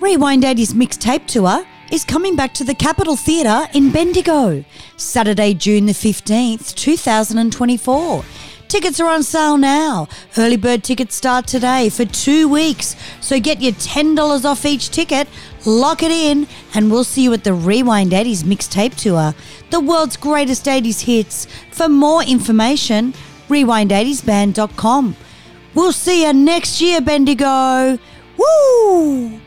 Johnny Winedaddy's mixtape tour is coming back to the Capitol Theatre in Bendigo, Saturday, June the 15th, 2024. Tickets are on sale now. Early bird tickets start today for two weeks. So get your $10 off each ticket, lock it in, and we'll see you at the Rewind 80s mixtape tour, the world's greatest 80s hits. For more information, rewind80sband.com. We'll see you next year, Bendigo. Woo!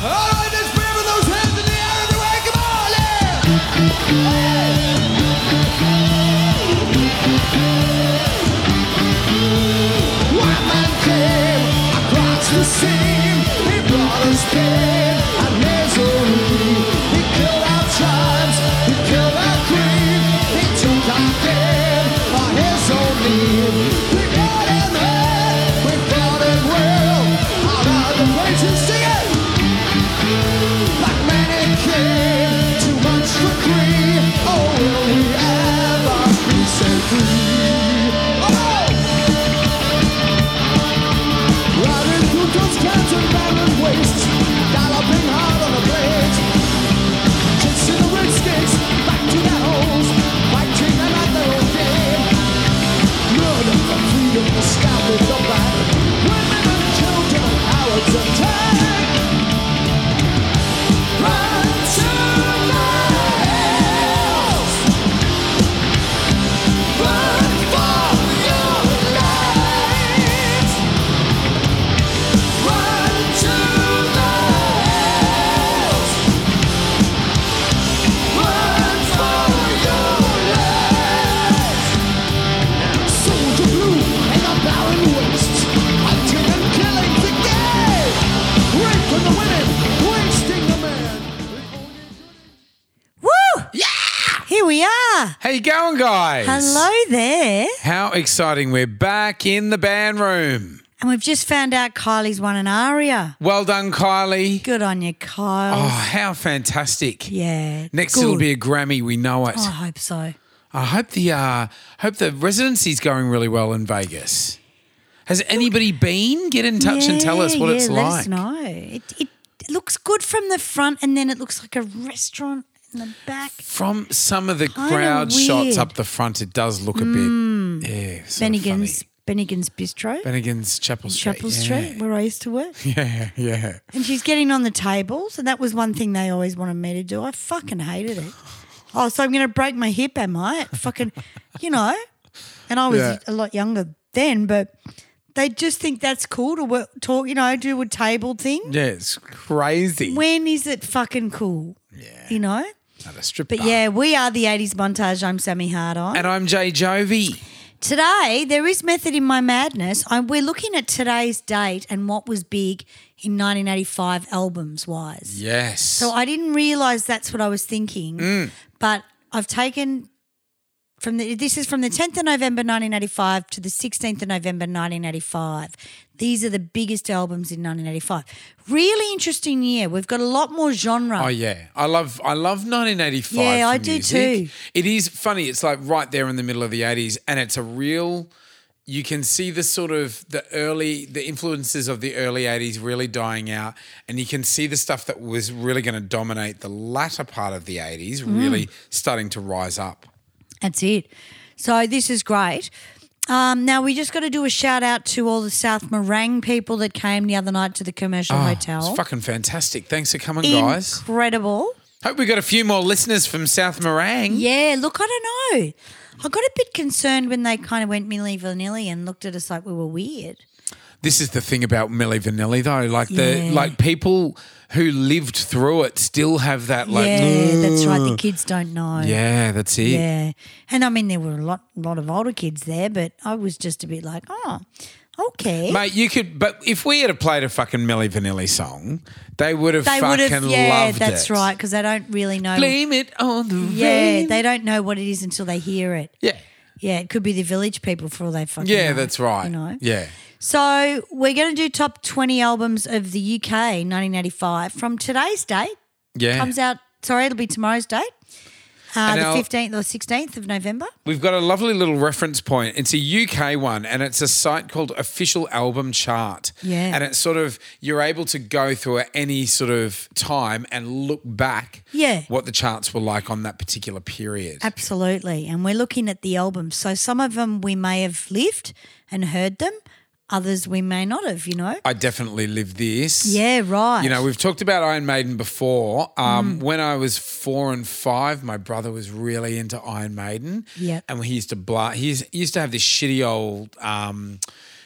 All right, let's play with those hands in the air and away. Come on, yeah! One man came across the scene. He brought us pain and misery. He killed our tribes. He killed our creed. He took our gain for his own need. We got him there. We got him well. Out of the races, sing it. Like mannequin, too much for greed. Oh, will we ever be set free? Oh! Riding through those cats and barren wastes, galloping hard on the blades. Chasing the red sticks back to their holes, fighting another game. Murder for freedom, the scalpel for back. Women and children, cowards attack. Run to the hills. Run for your lives. Run to the hills. Run for your lives. Soldier blue in the barren wastes, hunting and killing the gay, raping the women, wasting the men. Woo! Yeah! Here we are. How you going, guys? Hello there. How exciting! We're back in the band room. And we've just found out Kylie's won an aria. Well done, Kylie. Good on you, Kyle. Oh, how fantastic! yeah. Next, good. it'll be a Grammy. We know it. Oh, I hope so. I hope the uh, hope the residency's going really well in Vegas. Has anybody been? Get in touch and tell us Yeah, what yeah, it's let like. Us know. It, it looks good from the front, and then it looks like a restaurant in the back. From some of the Kinda crowd shots weird. Mm. up the front, it does look a bit. Yeah, sort of Bennigan's Bennigan's Bistro, funny. Bennigan's Chapel Street. Chapel yeah. Street, where I used to work. Yeah, yeah. And she's getting on the table, so that was one thing they always wanted me to do. I fucking hated it. Oh, so I'm going to break my hip, am I? Fucking, you know. And I was Yeah. a lot younger then, but they just think that's cool to work, talk, you know, do a table thing. Yeah, it's crazy. When is it fucking cool? Yeah. You know? At a strip But bar. yeah, we are the 80s montage. I'm Sammy Hard on. And I'm Jay Jovi. Today, there is method in my madness. I, we're looking at today's date and what was big in 1985 albums wise. Yes. So I didn't realize that's what I was thinking, Mm. but I've taken from the this is from the 10th of November 1985 to the 16th of November 1985. These are the biggest albums in 1985. Really interesting year. We've got a lot more genre. Oh yeah, I love I love 1985. Yeah, for I do music. too. It is funny. It's like right there in the middle of the 80s, and it's a real. You can see the sort of the early the influences of the early 80s really dying out, and you can see the stuff that was really going to dominate the latter part of the 80s Mm. really starting to rise up. That's it. So this is great. Um, now we just got to do a shout out to all the South Morang people that came the other night to the commercial It's hotel. Ah, fucking fantastic. Thanks for coming, guys. Incredible. Hope we got a few more listeners from South Morang. Yeah. Look, I don't know. I got a bit concerned when they kind of went milly vanilly and looked at us like we were weird. This is the thing about Milli Vanilli though, like Yeah. the like people who lived through it still have that like "Mm." yeah, that's right. The kids don't know. Yeah, that's it. Yeah. And I mean, there were a lot, lot of older kids there, but I was just a bit like, oh, okay. Mate, you could but if we had played a fucking Milli Vanilli song, they would have they would fucking have, yeah, loved that's it. right, because they don't really know. Blame it on the Yeah, rain. they don't know what it is until they hear it. yeah. Yeah, it could be the village people for all they fucking Yeah, know, that's right. You know? Yeah. So we're going to do top 20 albums of the UK 1985 from today's date. Yeah. Comes out, sorry, it'll be tomorrow's date. uh, And the our- 15th or 16th of November. We've got a lovely little reference point. It's a UK one, and it's a site called Official Album Chart. Yeah. And it's sort of you're able to go through at any sort of time and look back. Yeah. What the charts were like on that particular period. Absolutely. And we're looking at the albums. So some of them we may have lived and heard them, others we may not have, you know? I definitely live this. Yeah, right. Mm. You know, we've talked about Iron Maiden before. Um, When I was four and five, my brother was really into Iron Maiden. Yep. And he used to blah. He used, he used to have this shitty old, um,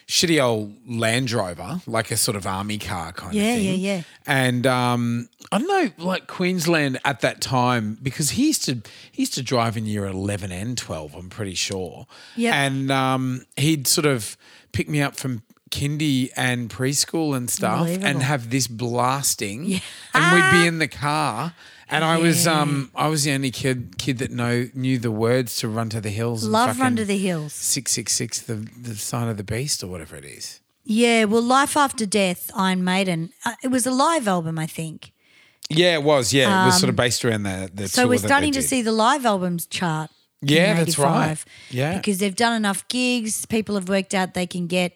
shitty old Land Rover, like a sort of army car kind Yeah, of thing. yeah, yeah. And um, I don't know, like Queensland at that time, because he used to he used to drive in year eleven and twelve. I'm pretty sure. Yep. And um, he'd sort of pick me up from kindy and preschool and stuff, Unbelievable. Ah! and have this blasting, and we'd be in the car. And I was um I was the only kid kid that know knew the words to Run to the Hills. and Love Run fucking to the Hills. Six six six, the the sign of the beast or whatever it is. Yeah, well, Life After Death, Iron Maiden. Uh, it was a live album, I think. Yeah, it was. Yeah, it was sort of based around the the. Um, So tour we're that they starting to did. see the live albums chart. in Yeah, that's right. 85, Yeah. Because they've done enough gigs. People have worked out they can get,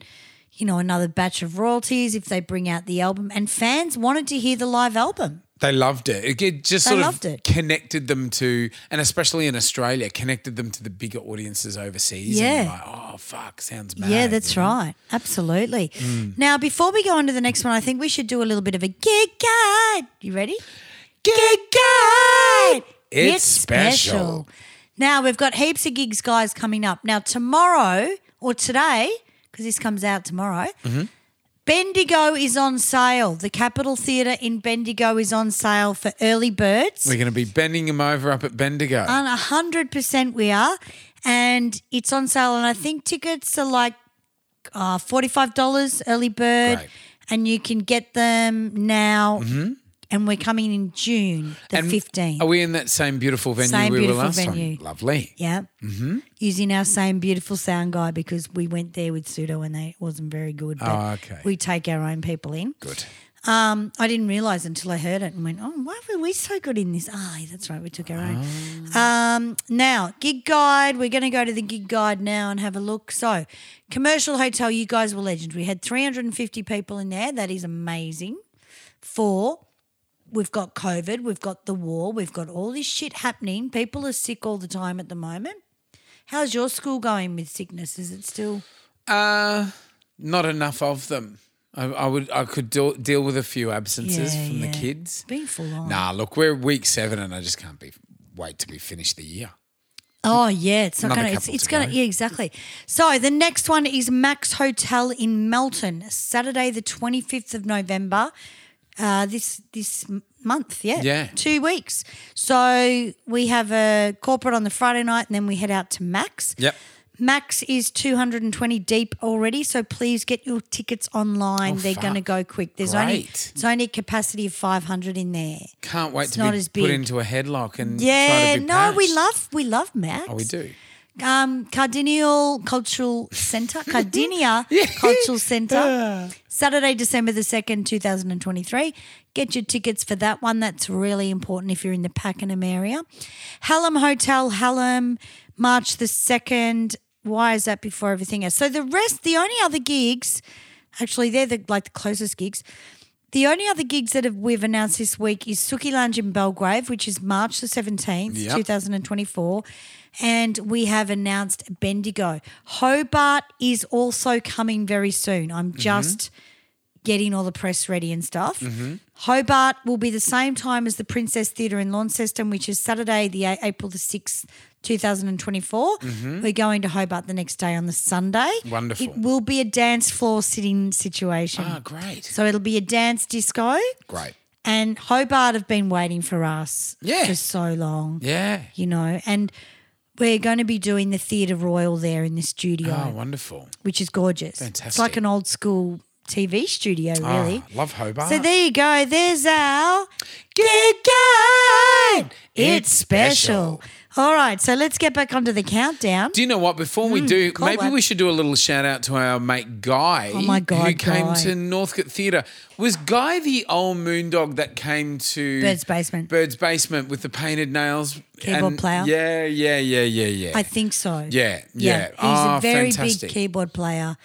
you know, another batch of royalties if they bring out the album. And fans wanted to hear the live album. They loved it. It- It just They sort loved of it. connected them to, and especially in Australia, connected them to the bigger audiences overseas. Yeah. And you're like, oh, fuck, sounds mad. Mm. Yeah, that's right. Absolutely. Now, before we go on to the next one, I think we should do a little bit of a gig guide. You ready? Gig guide. It's special. Now, we've got heaps of gigs, guys, coming up. Now, tomorrow or today, because this comes out tomorrow, Mm-hmm. Bendigo is on sale. The Capitol Theatre in Bendigo is on sale for early birds. We're going to be bending them over up at Bendigo. On a hundred percent, we are, and it's on sale. And I think tickets are like uh, forty-five dollars early bird, Great. Mm-hmm. and you can get them now. And we're coming in June the And fifteenth. Are we in that same beautiful venue Same we beautiful were last venue. time? Lovely. yeah, mm-hmm. using our same beautiful sound guy because we went there with Pseudo and they it wasn't very good. But Oh, okay. We take our own people in. Good. Um, I didn't realise until I heard it and went, oh, why were we so good in this? Ah, that's right, we took our own. Ah. Um, now, gig guide, we're going to go to the gig guide now and have a look. So, commercial hotel, you guys were legends. We had 350 people in there. That is amazing. Four, we've got COVID, we've got the war, we've got all this shit happening. People are sick all the time at the moment. How's your school going with sickness? Is it still. Uh, not enough of them. I, I would. I could deal, deal with a few absences Yeah, from yeah. the kids. It's been full on. Nah, look, we're week seven, and I just can't be wait to be finished the year. Oh yeah, it's not Another gonna. It's, couple it's to gonna. go. Yeah, exactly. So the next one is Max Hotel in Melton, Saturday the twenty fifth of November. Uh, this this m- month, yeah, Yeah. two weeks. So we have a corporate on the Friday night, and then we head out to Max. Yep. Max is 220 deep already, so please get your tickets online. Oh, They're fuck. going to go quick. There's only Great. it's only a capacity of 500 in there. Can't wait It's to not be as put big. into a headlock and try Yeah, to be no, we patched. love we love Max. Oh, we do. um, Cardinial Cultural Centre, Cardinia Cultural Centre, Saturday, December the 2nd, 2023. Get your tickets for that one. That's really important if you're in the Pakenham area. Hallam Hotel, Hallam, March the 2nd. Why is that before everything else? So the rest, the only other gigs, actually, they're the, like the closest gigs. The only other gigs that have, we've announced this week is Suki Lounge in Belgrave, which is March the 17th, Yep. 2024. And we have announced Bendigo. Hobart is also coming very soon. I'm Mm-hmm. just getting all the press ready and stuff. Mm-hmm. Hobart will be the same time as the Princess Theatre in Launceston, which is Saturday, the a- April the 6th, 2024. We're going to Hobart the next day on the Sunday. Mm-hmm. Wonderful. It will be a dance floor sitting situation. Ah, great. So it'll be a dance disco. Great. And Hobart have been waiting for us Yeah. for so long, Yeah. you know. And we're going to be doing the Theatre Royal there in the studio, Oh, wonderful. which is gorgeous. It's like Fantastic. an old school TV studio, really. Ah, love Hobart. So there you go. There's our gig guide. It's It's special. special. All right, so let's get back onto the countdown. Do you know what? Before we do, cool maybe one. we should do a little shout out to our mate Guy, Oh my God, who came Guy. to Northcote Theatre. Was Guy the old moondog that came to Bird's Basement. Bird's basement with the painted nails, Keyboard player? Yeah, yeah, yeah, yeah, yeah. I think so. Yeah, yeah. He's Ah, a very fantastic. big keyboard player.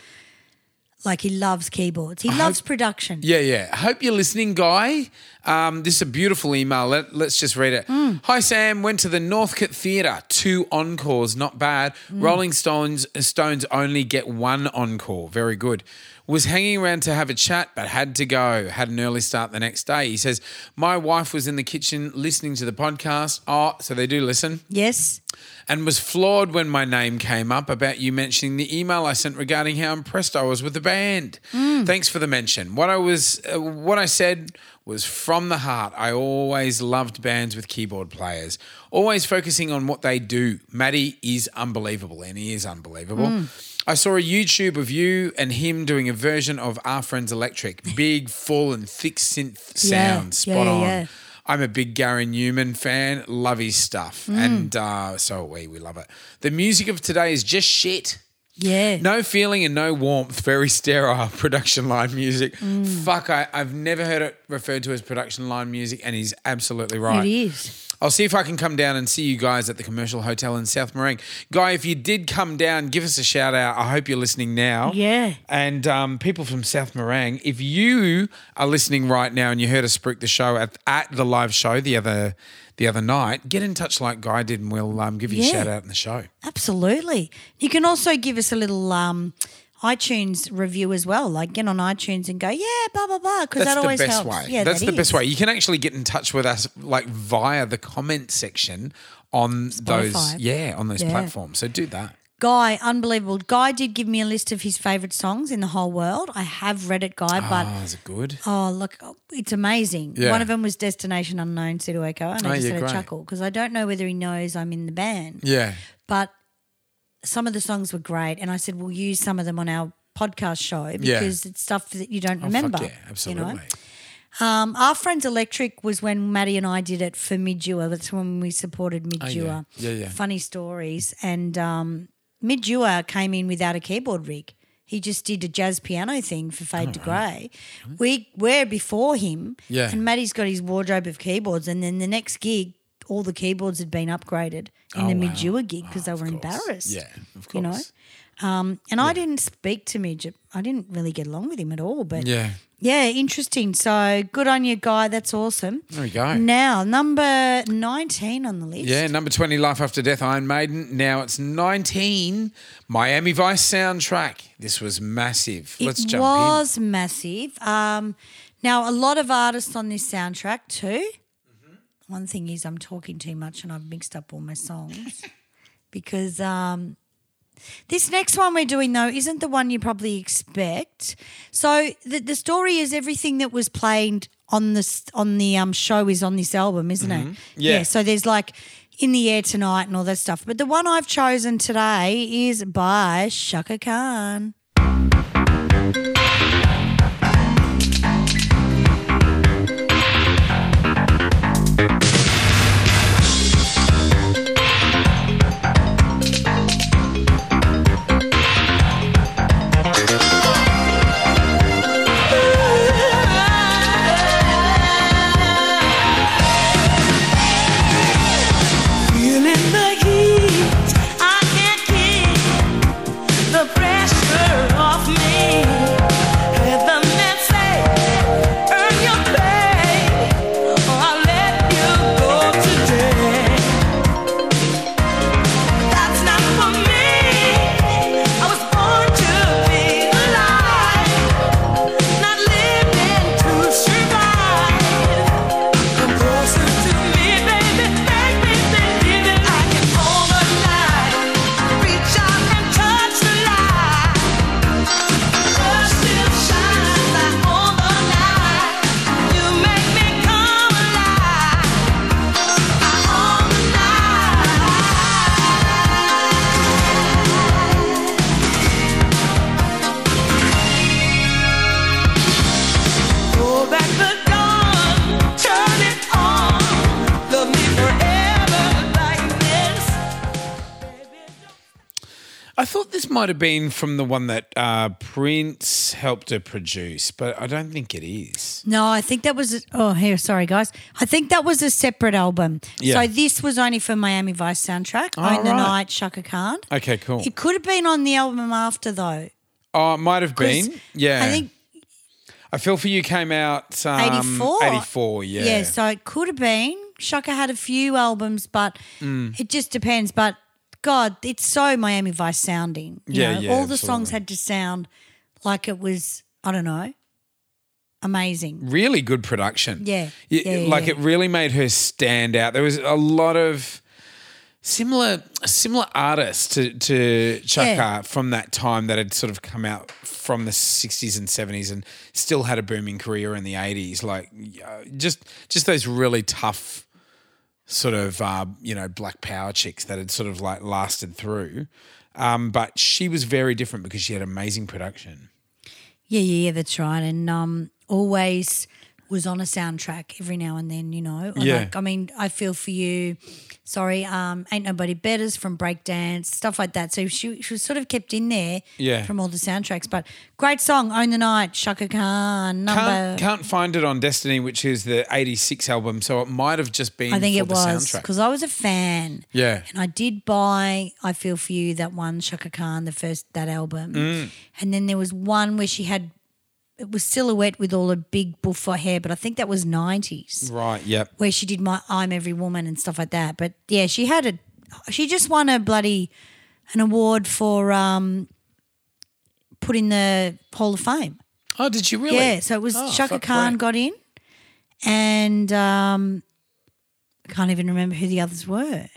Like he loves keyboards. He loves production. Yeah, yeah. I Hope you're listening, Guy. Um, this is a beautiful email. Let, us just read it. Hi, Sam. Went to the Northcote Theatre. Two encores. Not bad. Rolling Stones Stones only get one encore. Very good. Was hanging around to have a chat, but had to go. Had an early start the next day. He says, My wife was in the kitchen listening to the podcast. Oh, so they do listen Yes. and was floored when my name came up about you mentioning the email I sent regarding how impressed I was with the band. Mm. Thanks for the mention. What I was uh, what I said was from the heart. I always loved bands with keyboard players, always focusing on what they do. Matty is unbelievable and he is unbelievable. Mm. I saw a YouTube of you and him doing a version of Our Friends Electric. Big, full, and thick synth Yeah, sound. yeah, Spot yeah, on. yeah. I'm a big Gary Newman fan. Love his stuff. And uh, so are we. We love it. The music of today is just shit. Yeah. No feeling and no warmth. Very sterile production line music. Fuck, I, I've never heard it referred to as production line music, and he's absolutely right. It is. I'll see if I can come down and see you guys at the Commercial Hotel in South Morang. Guy, if you did come down, give us a shout out. I hope you're listening now. Yeah. And um, people from South Morang, if you are listening right now and you heard us spruik the show at, at the live show the other the other night, get in touch like Guy did, and we'll um, give you Yeah. a shout out in the show. Absolutely. You can also give us a little um, iTunes review as well. Like get on iTunes and go, yeah, blah, blah, blah. Because That's that the always best helps. way. Yeah, That's that the best is. way. You can actually get in touch with us like via the comment section on those Spotify. yeah on those Yeah. platforms. So do that. Guy, unbelievable. Guy did give me a list of his favourite songs in the whole world. I have read it, Guy, but Ah, is it good? Oh, look, it's amazing. Yeah. One of them was Destination Unknown, Sido Echo, and I Oh, just yeah, had a great. chuckle because I don't know whether he knows I'm in the band, Yeah. but some of the songs were great. And I said, we'll use some of them on our podcast show because it's stuff that you don't Oh, remember. Fuck yeah, absolutely. You know? um, Our Friends Electric was when Maddie and I did it for Midua. That's when we supported Midua. Oh, Yeah, yeah. Funny stories. And um, Midua came in without a keyboard rig. He just did a jazz piano thing for Fade to Grey. We were before him. Oh, Yeah. And Maddie's got his wardrobe of keyboards. And then the next gig, all the keyboards had been upgraded in Oh, the wow. Oh, Midua gig because they Of were course. embarrassed. Yeah, of course. You know? Um, And I didn't speak to Midge. I didn't really get along with him at all. But Yeah. yeah, interesting. So good on you, guy. That's awesome. There we go. Now, number 19 on the list. Yeah, number 20, Life After Death, Iron Maiden. Now it's 19, Miami Vice soundtrack. This was massive. It Let's jump was massive. Um, now, a lot of artists on this soundtrack too. Mm-hmm. One thing is I'm talking too much and I've mixed up all my songs because um, this next one we're doing though isn't the one you probably expect. So the, the story is everything that was played on this on the um, show is on this album, isn't it? Mm-hmm. Yeah. So there's like. In the air tonight and all that stuff. But the one I've chosen today is by Shaka Khan. Feeling the heat, I can't keep the pressure thought this might have been from the one that uh, Prince helped her produce, but I don't think it is. No, I think that was. Oh, here, sorry, guys. I think that was a separate album. Yeah. So this was only for Miami Vice soundtrack. Oh, Own the right. Night, Shaka Khan. Okay, cool. It could have been on the album after, though. Oh, it might have 'cause been. Yeah. I think I Feel For You came out um, 84. 84, yeah. Yeah, so it could have been. Shaka had a few albums, but Mm. it just depends. But God, it's so Miami Vice sounding. You Yeah, know? yeah, All the songs absolutely. had to sound like it was, I don't know, amazing. really good production. Yeah. Y- Yeah, yeah, like yeah. it really made her stand out. There was a lot of similar similar artists to, to Chaka Yeah. from that time that had sort of come out from the 60s and 70s and still had a booming career in the 80s. Like uh, just just those really tough sort of uh, you know black power chicks that had sort of like lasted through. Um, but she was very different because she had amazing production. Yeah, yeah, yeah, that's right. And um, always was on a soundtrack every now and then, you know. Or Yeah. Like, I mean, I feel for you. Sorry, um, ain't nobody better's from breakdance stuff like that. So she she was sort of kept in there, Yeah. from all the soundtracks. But great song, own the night, Shaka Khan, number. Can't, can't find it on Destiny, which is the '86 album, so it might have just been. I think for it the was soundtrack. because I was a fan. Yeah. And I did buy I Feel For You, that one, Shaka Khan, the first, that album. Mm. And then there was one where she had, it was Silhouette with all her big buffer hair, but I think that was 90s, Right. Yep. where she did my I'm Every Woman and stuff like that. But yeah, she had a, she just won a bloody, an award for um, put in the Hall of Fame. Oh, did you really? Yeah, so it was Oh, Shaka fuck, Khan great. got in, and um, I can't even remember who the others were.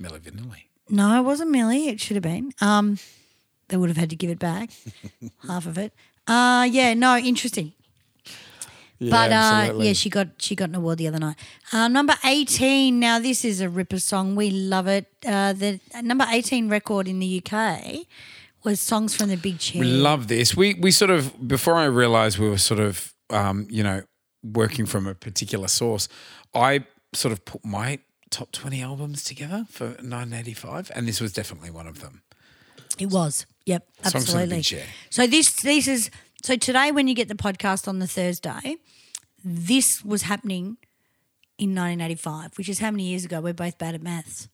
Milli Vanilli. No, it wasn't Millie. It should have been. Um, they would have had to give it back, half of it. Uh, yeah, no, interesting. but uh, yeah, she got she got an award the other night. Uh, number eighteen. Now this is a ripper song. We love it. Uh, the uh, number eighteen record in the UK was songs from the Big Chair. We love this. We we sort of before I realised we were sort of um, you know working from a particular source. I sort of put my top twenty albums together for 1985, and this was definitely one of them. It was. Yep, Songs from the absolutely. Big Chair. So this this is so today when you get the podcast on the Thursday, this was happening in 1985, which is how many years ago? We're both bad at maths.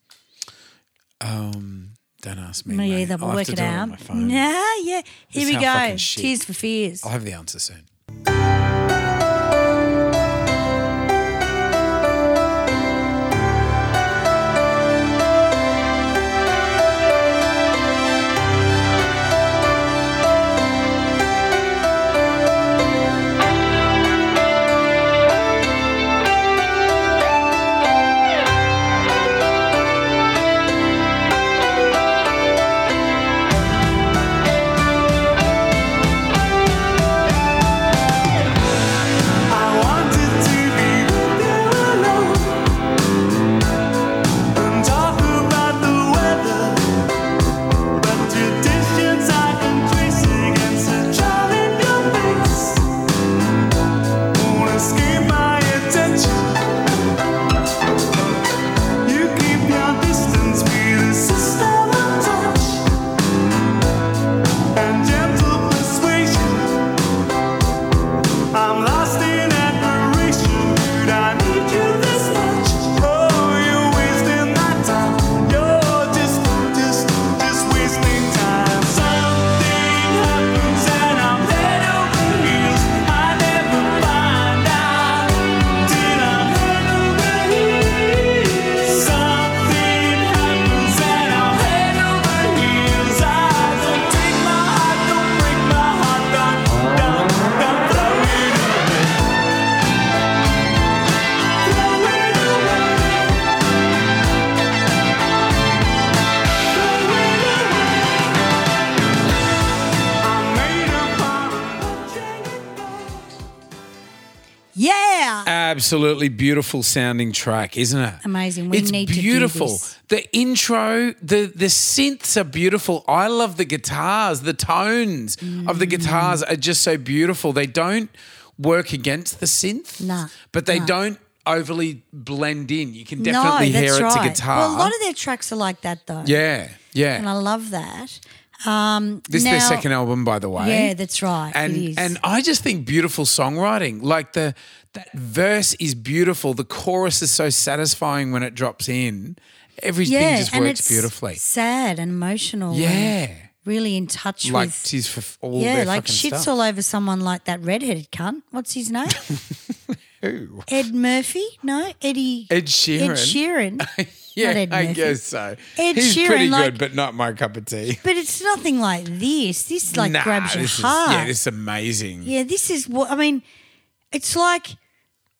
Um, don't ask me. Me mate. either. We'll I'll have work to it do it out. on my phone. Nah, yeah. Here That's we how go. fucking shit. Tears for fears. I'll have the answer soon. I wanted to be there alone and talk about the weather, but traditions I can trace against a child in your face won't escape my attention. You keep your distance, be the system of touch and gentle persuasion. I'm lost in admiration. Dude, I need you this much. Oh, you're wasting my time. You're just, just, just wasting time. Something happens and I'm head over heels. I never find out till I'm head over heels. Something happens and I'm head over heels. I don't take my heart, don't break my heart down, down, down, throw it away. Throw it away. Throw it away. I'm made of iron. Yeah. Absolutely beautiful sounding track, isn't it? Amazing. We it's need to do beautiful. this. The intro, the the synths are beautiful. I love the guitars. The tones of the guitars are just so beautiful. They don't work against the synth, Nah, but they nah. don't overly blend in. You can no, definitely that's hear right. it to guitar. Well, a lot of their tracks are like that though. yeah, yeah. and I love that. Um, This is their now- second album, by the way. Yeah, that's right. And it is. and I just think beautiful songwriting. Like the that verse is beautiful. The chorus is so satisfying when it drops in. Everything yeah, just and works it's beautifully. Sad and emotional. and Yeah. really in touch Like with. she's for f- all yeah, their like fucking shits stuff. all over someone like that redheaded cunt. What's his name? Who? Ed Murphy? No, Eddie. Ed Sheeran. Ed Sheeran. Yeah, Ed I Murphy. guess so. Ed He's Sheeran, pretty like- good, but not my cup of tea. but it's nothing like this. This like Nah, grabs your this is- heart. yeah, this is amazing. Yeah, this is what I mean. It's like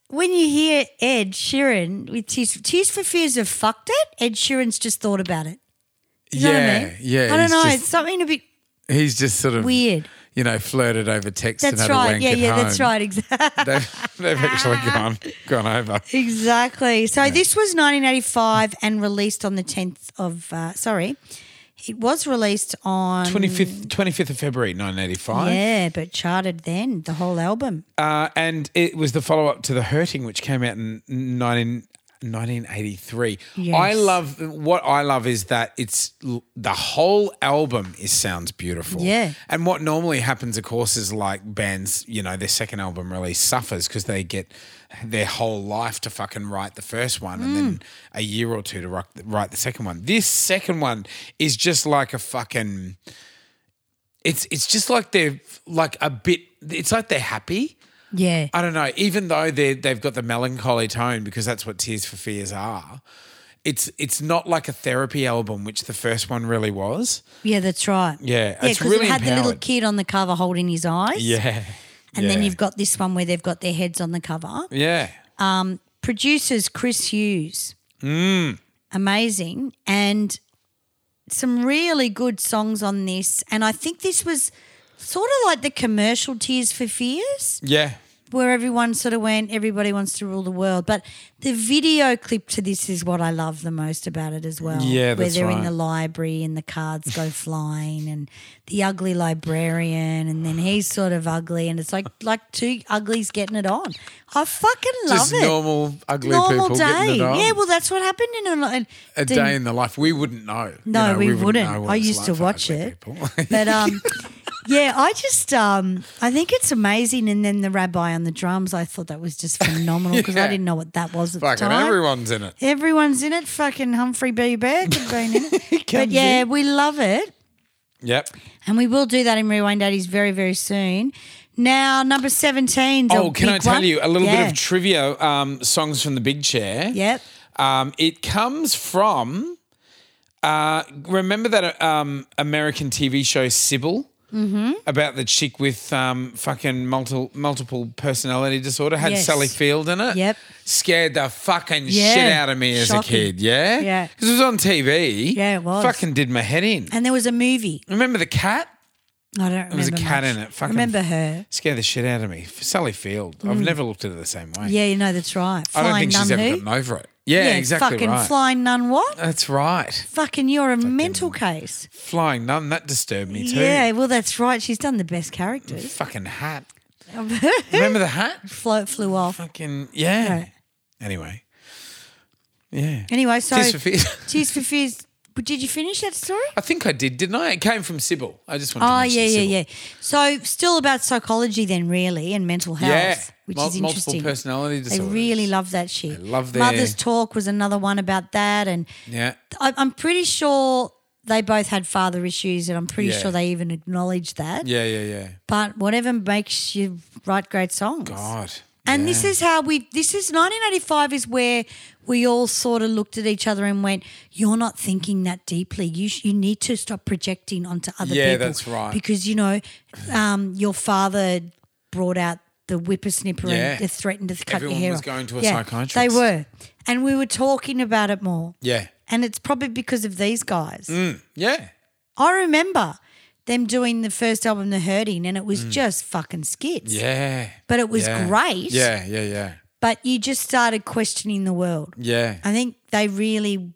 when you hear Ed Sheeran with Tears, Tears for Fears have fucked it. Ed Sheeran's just thought about it. You know yeah, what I mean? yeah. I don't he's know. Just, it's something a bit he's just sort of weird. You know, flirted over text and That's had a right. wank Yeah, at yeah. home. That's right. Exactly. They've, they've actually gone gone over. Exactly. So this was 1985 and released on the 10th of. Uh, sorry, it was released on 25th, 25th of February 1985. Yeah, but charted then the whole album. Uh, and it was the follow up to The Hurting, which came out in 19, 1983. I Yes. love what I love is that it's l- the whole album is sounds beautiful. Yeah. And what normally happens, of course, is like bands, you know, their second album release suffers because they get their whole life to fucking write the first one and Mm. then a year or two to rock, write the second one. This second one is just like a fucking. It's it's just like they're like a bit. It's like they're happy. Yeah. I don't know. Even though they they've got the melancholy tone because that's what Tears for Fears are. It's it's not like a therapy album, which the first one really was. Yeah, that's right. Yeah, yeah, it's because really it had the little empowered. kid on the cover holding his eyes. Yeah, and then Yeah. you've got this one where they've got their heads on the cover. yeah, Producers Chris Hughes, amazing, and some really good songs on this. And I think this was sort of like the commercial Tears for Fears, yeah. where everyone sort of went, everybody wants to rule the world. But the video clip to this is what I love the most about it as well. Yeah, where that's they're in right. the library and the cards go flying, and the ugly librarian, and then he's sort of ugly, and it's like like two uglies getting it on. I fucking love Just it. normal ugly Normal people getting day. it on. Yeah, well, that's what happened in a, in, a day in the life we wouldn't know. You No, know, we, wouldn't. know what I it's used like to for watch ugly it. people. But um, yeah, I just um, I think it's amazing. And then the rabbi on the drums, I thought that was just phenomenal because I Yeah. didn't know what that was at the Fucking time. everyone's in it. Everyone's in it. Fucking Humphrey B. Bear could have been in it. but comes yeah, we love it. Yep. And we will do that in Rewind Daddies very, very soon. Now, number 17. 's a Oh, can I big tell one. you a little Yeah. bit of trivia? Um, songs from the big chair. Yep. Um, it comes from. Uh, remember that um, American TV show Sybil Mm-hmm. about the chick with um, fucking multiple multiple personality disorder had Yes. Sally Field in it. Yep. Scared the fucking Yeah. shit out of me as Shocking. a kid. Yeah. Yeah. Because it was on TV. Yeah, it was. Fucking did my head in. And there was a movie. Remember the cat? I don't remember. There was a cat much. in it. Fucking Remember her. Scared the shit out of me. Sally Field. I've never looked at it the same way. Mm. Yeah, you know that's right. I Flying don't think nun she's ever who? gotten over it. Yeah, exactly fucking right. Uh, flying nun what? That's right. fucking, you're a mental case. Flying nun. That disturbed me too. Yeah, well, that's right. She's done the best characters. Fucking hat. Remember the hat? Float flew off. Fucking yeah. Right. Anyway. Yeah. Anyway, so Tears for Fears. Tears for Fears. But Did you finish that story? I think I did, didn't I? It came from Sybil. I just wanted to Oh mention yeah, yeah, Sybil. yeah. So still about psychology then, really, and mental health, Yeah. which Mul- is multiple interesting. personality They disorders. really love that shit. They love their- Mother's Talk was another one about that, and Yeah. I, I'm pretty sure they both had father issues, and I'm pretty Yeah. sure they even acknowledged that. Yeah, yeah, yeah. But whatever makes you write great songs. God. And Yeah. this is how we. This is 1985 is where we all sort of looked at each other and went, "You're not thinking that deeply. You sh- you need to stop projecting onto other Yeah, people." that's right. Because you know, um, your father brought out the whippersnipper Yeah. and they threatened to cut Everyone your hair. was off. going to a Yeah, They psychiatrist. were, and we were talking about it more. Yeah. Mm. And it's probably because of these guys. Yeah. I remember them doing the first album, The Hurting, and it was just fucking skits. Mm. Yeah. But it was yeah. great. Yeah, yeah, yeah. But you just started questioning the world. Yeah. I think they really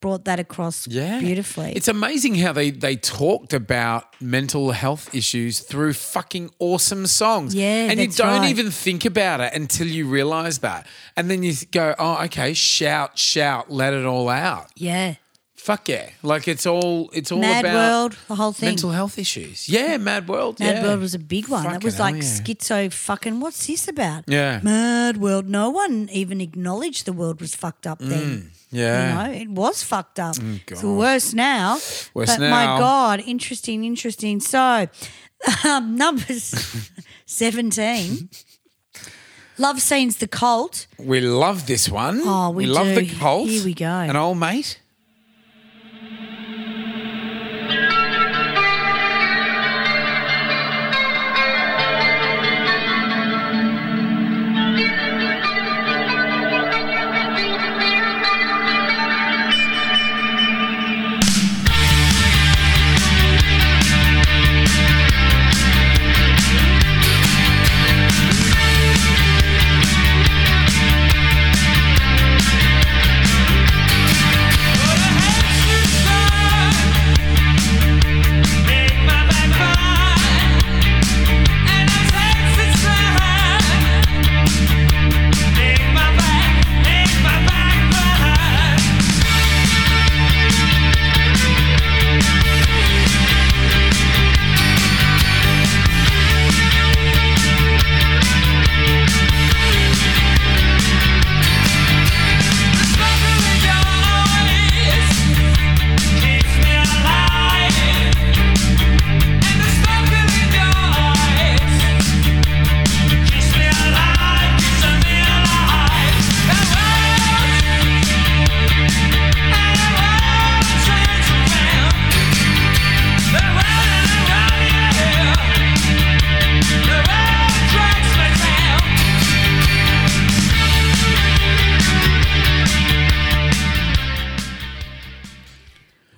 brought that across Yeah. beautifully. It's amazing how they they talked about mental health issues through fucking awesome songs. Yeah, And you that's don't right. even think about it until you realize that. And then you go, "Oh, okay, shout, shout, let it all out." yeah. Fuck yeah. Like it's all it's all Mad about World, the whole thing. mental health issues. Yeah, Mad World. Mad yeah. World was a big one. that Fucking was hell, like yeah. schizo fucking. What's this about? Yeah. Mad World. No one even acknowledged the world was fucked up then. Mm. Yeah. Mm, You know, it was fucked up. it's God. worse now. Worse but my now. God, interesting, interesting. So, um, numbers 17. Love scenes, the cult. We love this one. Oh, we love do. the cult. Here we go. An old mate.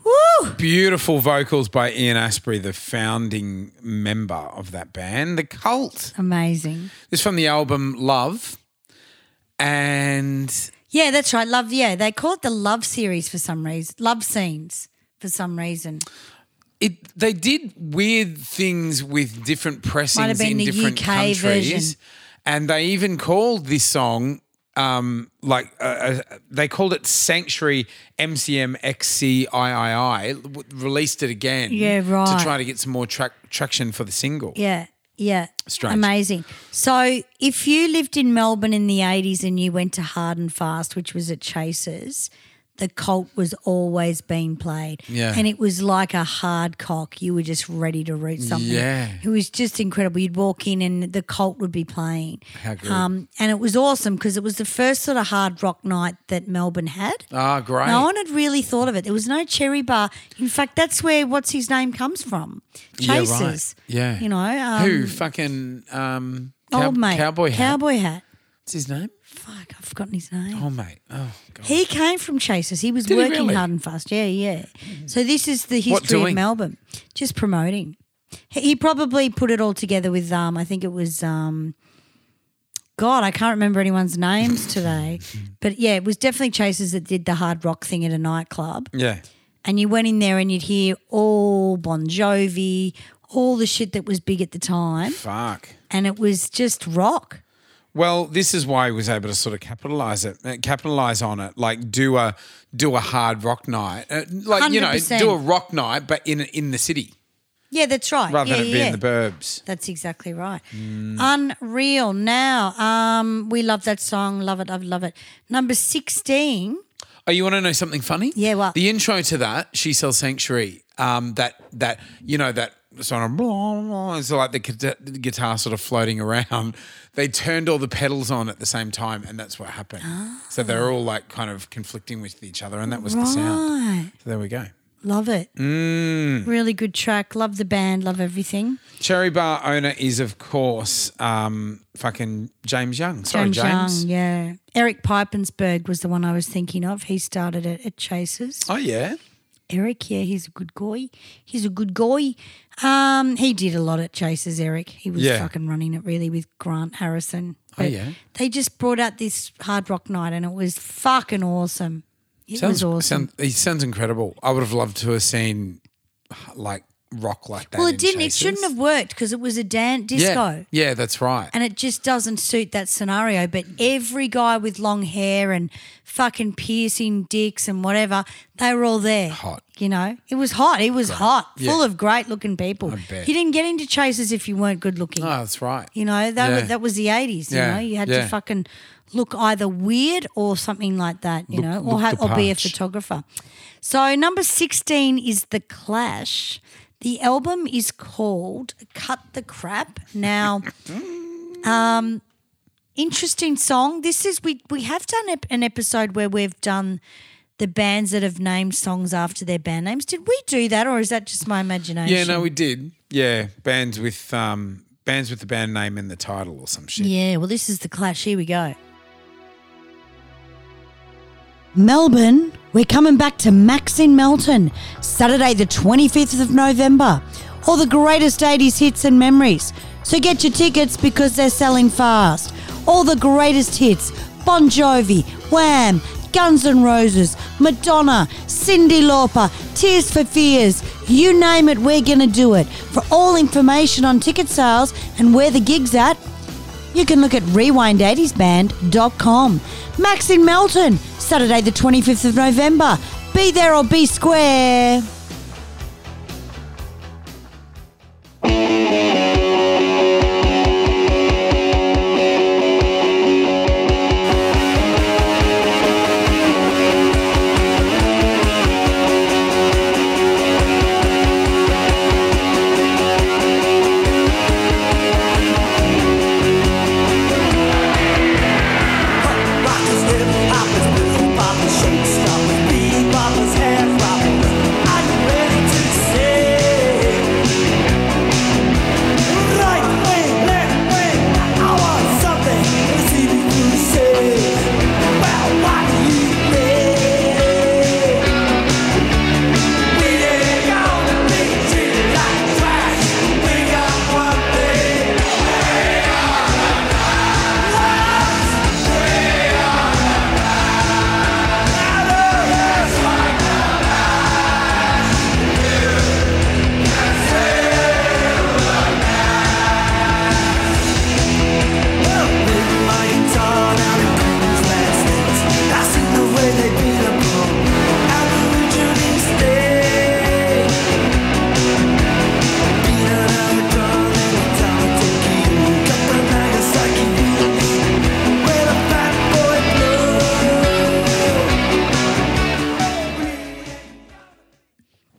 Woo! Beautiful vocals by Ian Asprey, the founding member of that band, The Cult. Amazing. This is from the album Love. And Yeah, that's right. Love. Yeah, they call it the love series for some reason. Love scenes for some reason. it they did weird things with different pressings Might have been in the different UK countries. version. And they even called this song um, like uh, uh, they called it Sanctuary MCMXCIII, w- released it again. Yeah, To right. try to get some more track traction for the single. Yeah, yeah. Strange. Amazing. So if you lived in Melbourne in the 80s and you went to Hard and Fast, which was at Chasers, the cult was always being played. Yeah. And it was like a hard cock. You were just ready to root something. Yeah. It was just incredible. You'd walk in and the cult would be playing. How good. Um, and it was awesome because it was the first sort of hard rock night that Melbourne had. Ah, great. No one had really thought of it. There was no cherry bar. In fact, that's where what's his name comes from. Yeah, right. Chasers. Yeah. You know, um, Who fucking um cow- Old mate. cowboy hat? Cowboy hat. What's his name? Fuck, I've forgotten his name. Oh mate. Oh god. He came from Chasers. He was Did he working really? hard and fast. Yeah, yeah. So this is the What history of doing? Melbourne. Just promoting. He he probably put it all together with um. I think it was um. God, I can't remember anyone's names today, but yeah, it was definitely Chasers that did the hard rock thing at a nightclub Yeah. and you went in there and you'd hear all Bon Jovi, all the shit that was big at the time, Fuck. and it was just rock. Well, this is why he was able to sort of capitalize it, uh, capitalize on it, like do a do a hard rock night, uh, like you know, 100%. do a rock night, but in in the city Yeah, that's right. rather yeah, than it yeah, being yeah. the burbs. That's exactly right. Unreal. Now, um, we love that song. Love it. Love it. Love it. Number sixteen. Oh, you want to know something funny? Yeah, what? The intro to that, she sells sanctuary. Um, that that you know that sort of blah, blah, it's like the guita- the guitar sort of floating around. They turned all the pedals on at the same time, and that's what happened. So Ah. they're all like kind of conflicting with each other, and that was the sound. Right. So there we go. Love it. Mm. Really good track. Love the band. Love everything. Cherry Bar owner is, of course, um, fucking James Young. Sorry, James, James. Young. Yeah. Eric Pipensberg was the one I was thinking of. He started it at Chasers. Oh yeah, Eric, yeah, he's a good guy. He's a good guy. Um, he did a lot at Chasers, Eric. He was Yeah. fucking running it really with Grant Harrison. Oh, yeah. They just brought out this hard rock night and it was fucking awesome. It sounds, was awesome. sound- he sounds incredible. I would have loved to have seen like rock like that. well, in it didn't. Chasers. It shouldn't have worked because it was a dan- disco. Yeah, yeah, that's right. and it just doesn't suit that scenario. But every guy with long hair and fucking piercing dicks and whatever, they were all there. Hot. You know, it was hot. It was hot, full Yeah. of great looking people. bet. You didn't get into chasers if you weren't good looking. oh, that's right. You know, that, Yeah. was, that was the 80s. You Yeah, know, you had yeah. to fucking look either weird or something like that, you Look- know, or, look ha- the or be a part. photographer. So, number 16 is The Clash. The album is called Cut the Crap. Now, um, interesting song. This is, we, we have done ep- an episode where we've done the bands that have named songs after their band names. Did we do that or is that just my imagination? yeah, no, we did. Yeah, bands with um bands with the band name in the title or some shit. Yeah, well, this is the clash. Here we go. Melbourne, we're coming back to Max in Melton, Saturday, the 25th of November. All the greatest 80s hits and memories. So get your tickets because they're selling fast. All the greatest hits Bon Jovi, Wham, Guns N' Roses, Madonna, Cindy Lauper, Tears for Fears. You name it, we're going to do it. For all information on ticket sales and where the gig's at, you can look at rewind80sband.com. Max in Melton, Saturday the 25th of November. Be there or be square.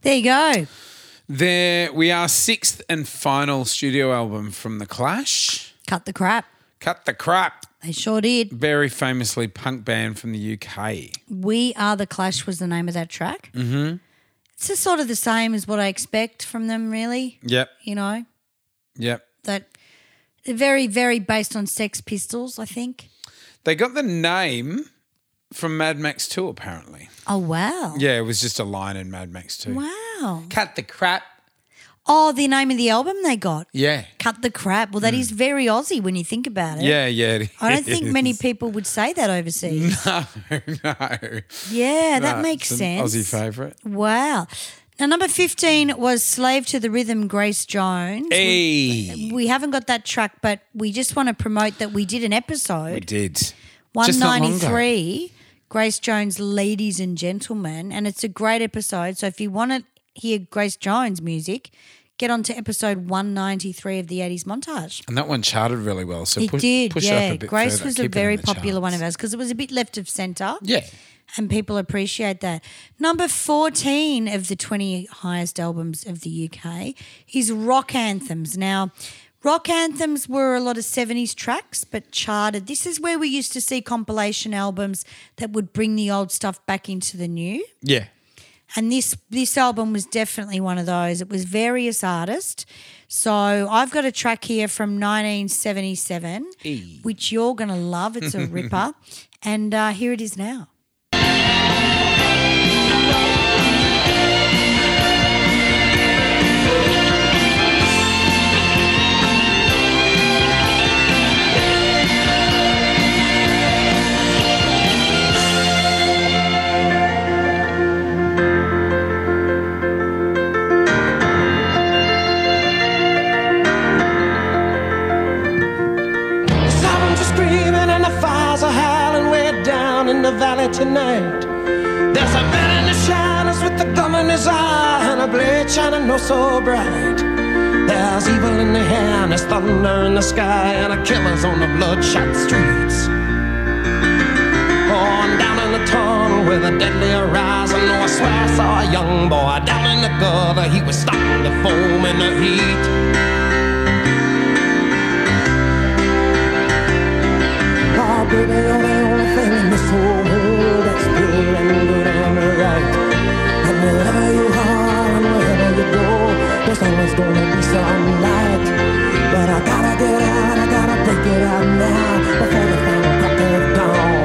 There you go. There we are, sixth and final studio album from the Clash. Cut the crap. Cut the crap. They sure did. Very famously punk band from the UK. We Are the Clash was the name of that track. Mm-hmm. It's just sort of the same as what I expect from them, really. Yep. You know, Yep. that very, very based on Sex Pistols, I think. They got the name from Mad Max 2, apparently. Oh, wow. Yeah, it was just a line in Mad Max 2. Wow. Cut the crap. Oh, the name of the album they got. Yeah. Cut the crap. Well, that is very Aussie when you think about it. Yeah, yeah. it I don't think many is. people would say that overseas. No, no. Yeah, that No, makes it's an sense. Aussie favourite. Wow. Now, number 15 was Slave to the Rhythm, Grace Jones. Hey. We haven't got that track, but we just want to promote that we did an We episode, did. Just not long ago. 193, Grace Jones, Ladies and Gentlemen. And it's a great episode. So if you want to hear Grace Jones music, get on to episode 193 of the 80s montage. And that one charted really well. So It push, did, push yeah. it up a bit Grace further. was Keep a it in very the popular one of charts. ours because it was a bit left of centre. Yeah. and people appreciate that. Number 14 of the 20 highest albums of the UK is Rock Anthems. Now, Rock Anthems were a lot of 70s tracks, but charted. This is where we used to see compilation albums that would bring the old stuff back into the new. Yeah. And this this album was definitely one of those. It was various artists. So I've got a track here from 1977, which you're going to love. It's a ripper. And uh, here it is now. Thank Common as iron, a blade shining no so bright. There's evil in the hand, there's thunder in the sky, and a killer's on the bloodshot streets. On down in the tunnel with a deadly horizon, oh, I swear I saw a young boy down in the gutter. He was starting to foam in the heat. Oh, baby, you're the only thing in this whole world that's pure and good and right. And wherever you are and wherever you go, there's always gonna be some light. But I gotta get out, I gotta break it out now before the final crack of dawn.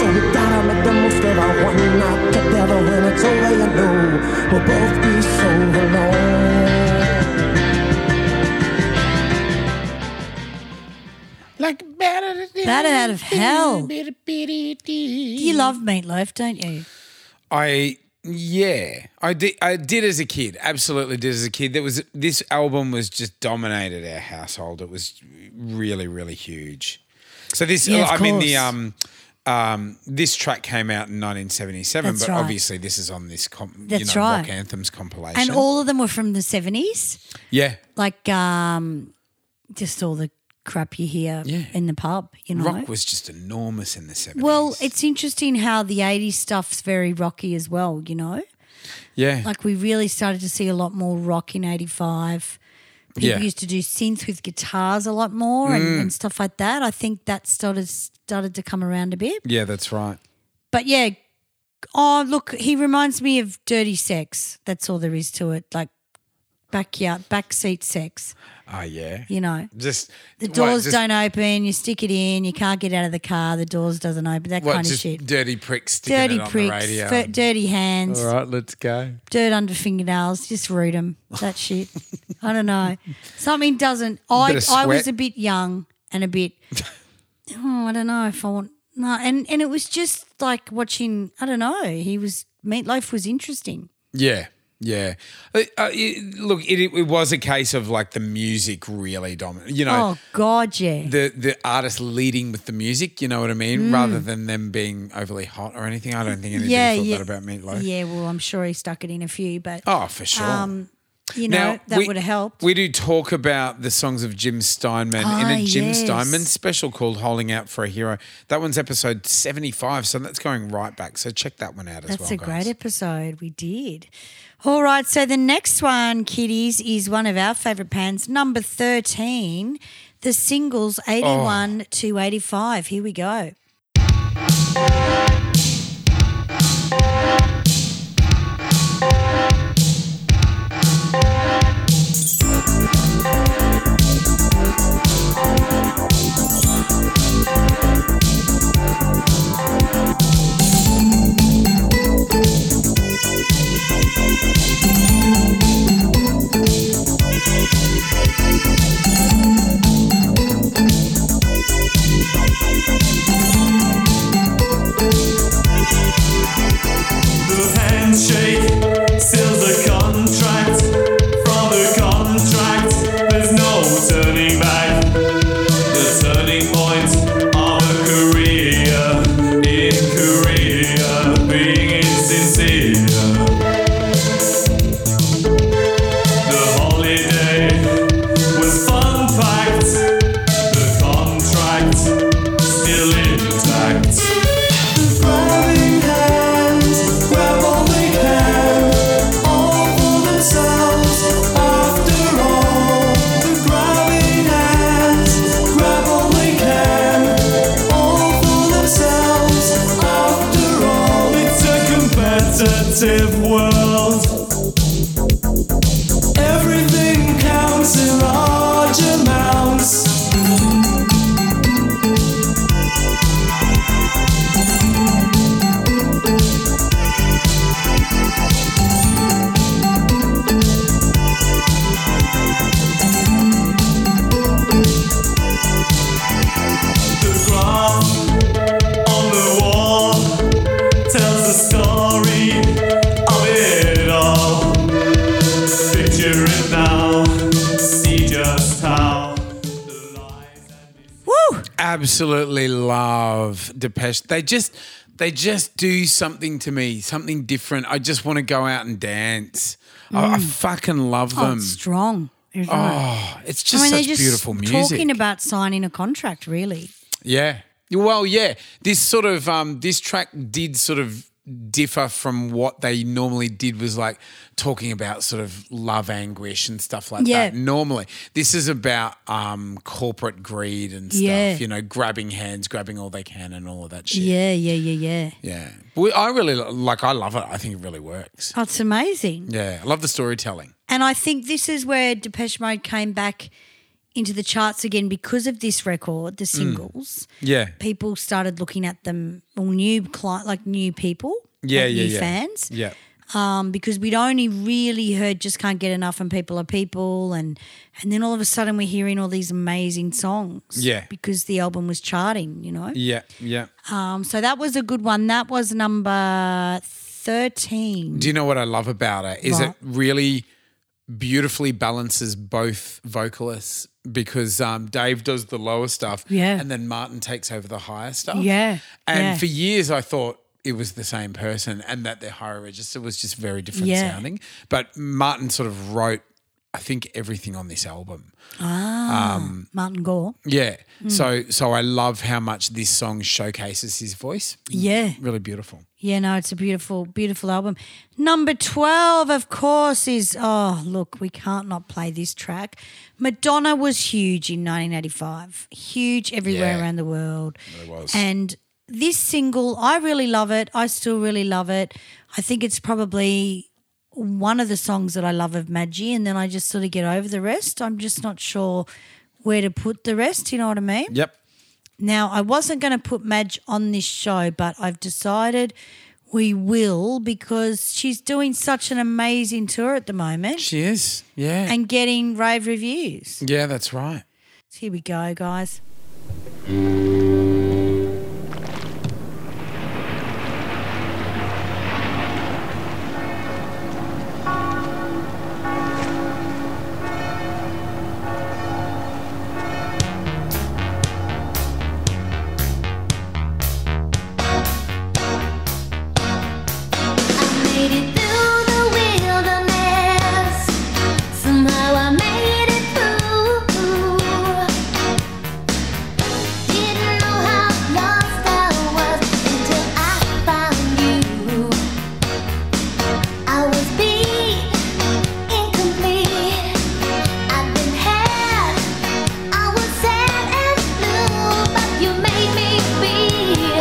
So we gotta make the most of our one night together when it's over, you know we'll both be so alone. Like better Better out of hell. You You love meatloaf, don't you? I yeah, I did. I did as a kid. Absolutely did as a kid. There was this album was just dominated our household. It was really really huge. So this, Yeah, of I mean the course. um. Um, this track came out in 1977, That's but right. obviously this is on this com- you That's know, right. rock anthems compilation. And all of them were from the 70s. yeah, Like um, just all the crap you hear Yeah. in the pub, you know? rock was just enormous in the 70s. well, it's interesting how the 80s stuff's very rocky as well, you know? yeah, Like we really started to see a lot more rock in 85. People Yeah. Mm. used to do synth with guitars a lot more and, and stuff like that. I think that started started to come around a bit. yeah, that's right. But yeah, oh look, he reminds me of dirty sex. That's all there is to it. Like backyard backseat sex, Oh yeah, you know. just The what, doors just- don't open, you stick it in, you can't get out of the car, the doors doesn't open, that what, kind of just shit. dirty pricks, sticking Dirty it on pricks, the radio. fir- dirty hands, all right, let's go. dirt under fingernails. Just root them. That shit. I don't know. Something doesn't. I of I was sweat. a bit young and a bit. Oh, I don't know if I want. No, and and it was just like watching. I don't know. He was meatloaf was interesting. Yeah, yeah. Uh, uh, it- look, it, it was a case of like the music really dominant. You know, Oh God, yeah. the the artist leading with the music. You know what I mean? Rather than them being overly hot or anything. I don't think anybody Mm. yeah, thought yeah. that about Meatloaf. Yeah, well, I'm sure he stuck it in a few, but Oh, for sure. um, you know that we- would have helped. We do talk about the songs of Jim Steinman Ah, in a Jim yes. Steinman special called "Holding Out for a Hero." That one's episode seventy-five, so that's going right back. So check that one out as well. That's a guys. great episode. We did. All right. So the next one, kiddies, is one of our favourite bands, number 13, the singles Oh. 81 to 85. Here we go. The handshake seals the contract. From the contract, there's no turning back. The turning point of a career in Korea, being insincere. The holiday was fun packed. The contract still intact. It's a competitive world. Everything counts in large amounts. The graph on the wall tells the story of it all. Picture it now, see just how the lies. Woo! absolutely love Depeche. They just they just do something to me, something different. I just want to go out and dance. I, I fucking love Mm. Oh, them. it's strong. It's right. Oh, it's I just mean, such they're just beautiful music. talking about signing a contract, really. Yeah. Well, yeah. This sort of um, this track did sort of differ from what they normally did was like talking about sort of love anguish and stuff like Yeah. that. Normally, this is about um, corporate greed and stuff. Yeah. You know, grabbing hands, grabbing all they can, and all of that shit. Yeah, yeah, yeah, yeah. Yeah. We, I really li- like. I love it. I think it really works. That's amazing. Yeah. I love the storytelling. And I think this is where Depeche Mode came back into the charts again because of this record, Mm. the singles. Yeah. People started looking at them, or new client, like new people, Yeah. like yeah. new yeah. fans, Yeah. um, because we'd only really heard "Just Can't Get Enough" and "People Are People," and and then all of a sudden we're hearing all these amazing songs, Yeah. because the album was charting, you know. Yeah. Yeah. Um, so that was a good one. That was number thirteen. Do you know what I love about it? Is Right. it really beautifully balances both vocalists because um, Dave does the lower stuff, Yeah. and then Martin takes over the higher stuff, Yeah, And yeah. for years, I thought it was the same person, and that their higher register was just very different Yeah. sounding. But Martin sort of wrote, I think, everything on this album. Martin Gore. Yeah. Mm. So, so I love how much this song showcases his voice. Yeah. Really beautiful. Yeah, no, it's a beautiful, beautiful album. Number 12, of course, is oh, look, we can't not play this track. Madonna was huge in 1985, huge everywhere Yeah. around the world. It was. And this single, I really love it. I still really love it. I think it's probably one of the songs that I love of Maggie, and then I just sort of get over the rest. I'm just not sure where to put the rest, you know what I mean? yep. Now, I wasn't going to put Madge on this show, but I've decided we will because she's doing such an amazing tour at the moment She is. Yeah. and getting rave reviews. yeah, that's right. Here we go, guys. I made it through the wilderness. Somehow I made it through. Didn't know how lost I was until I found you. I was beat, incomplete. I've been had. I was sad and blue, but you made me feel.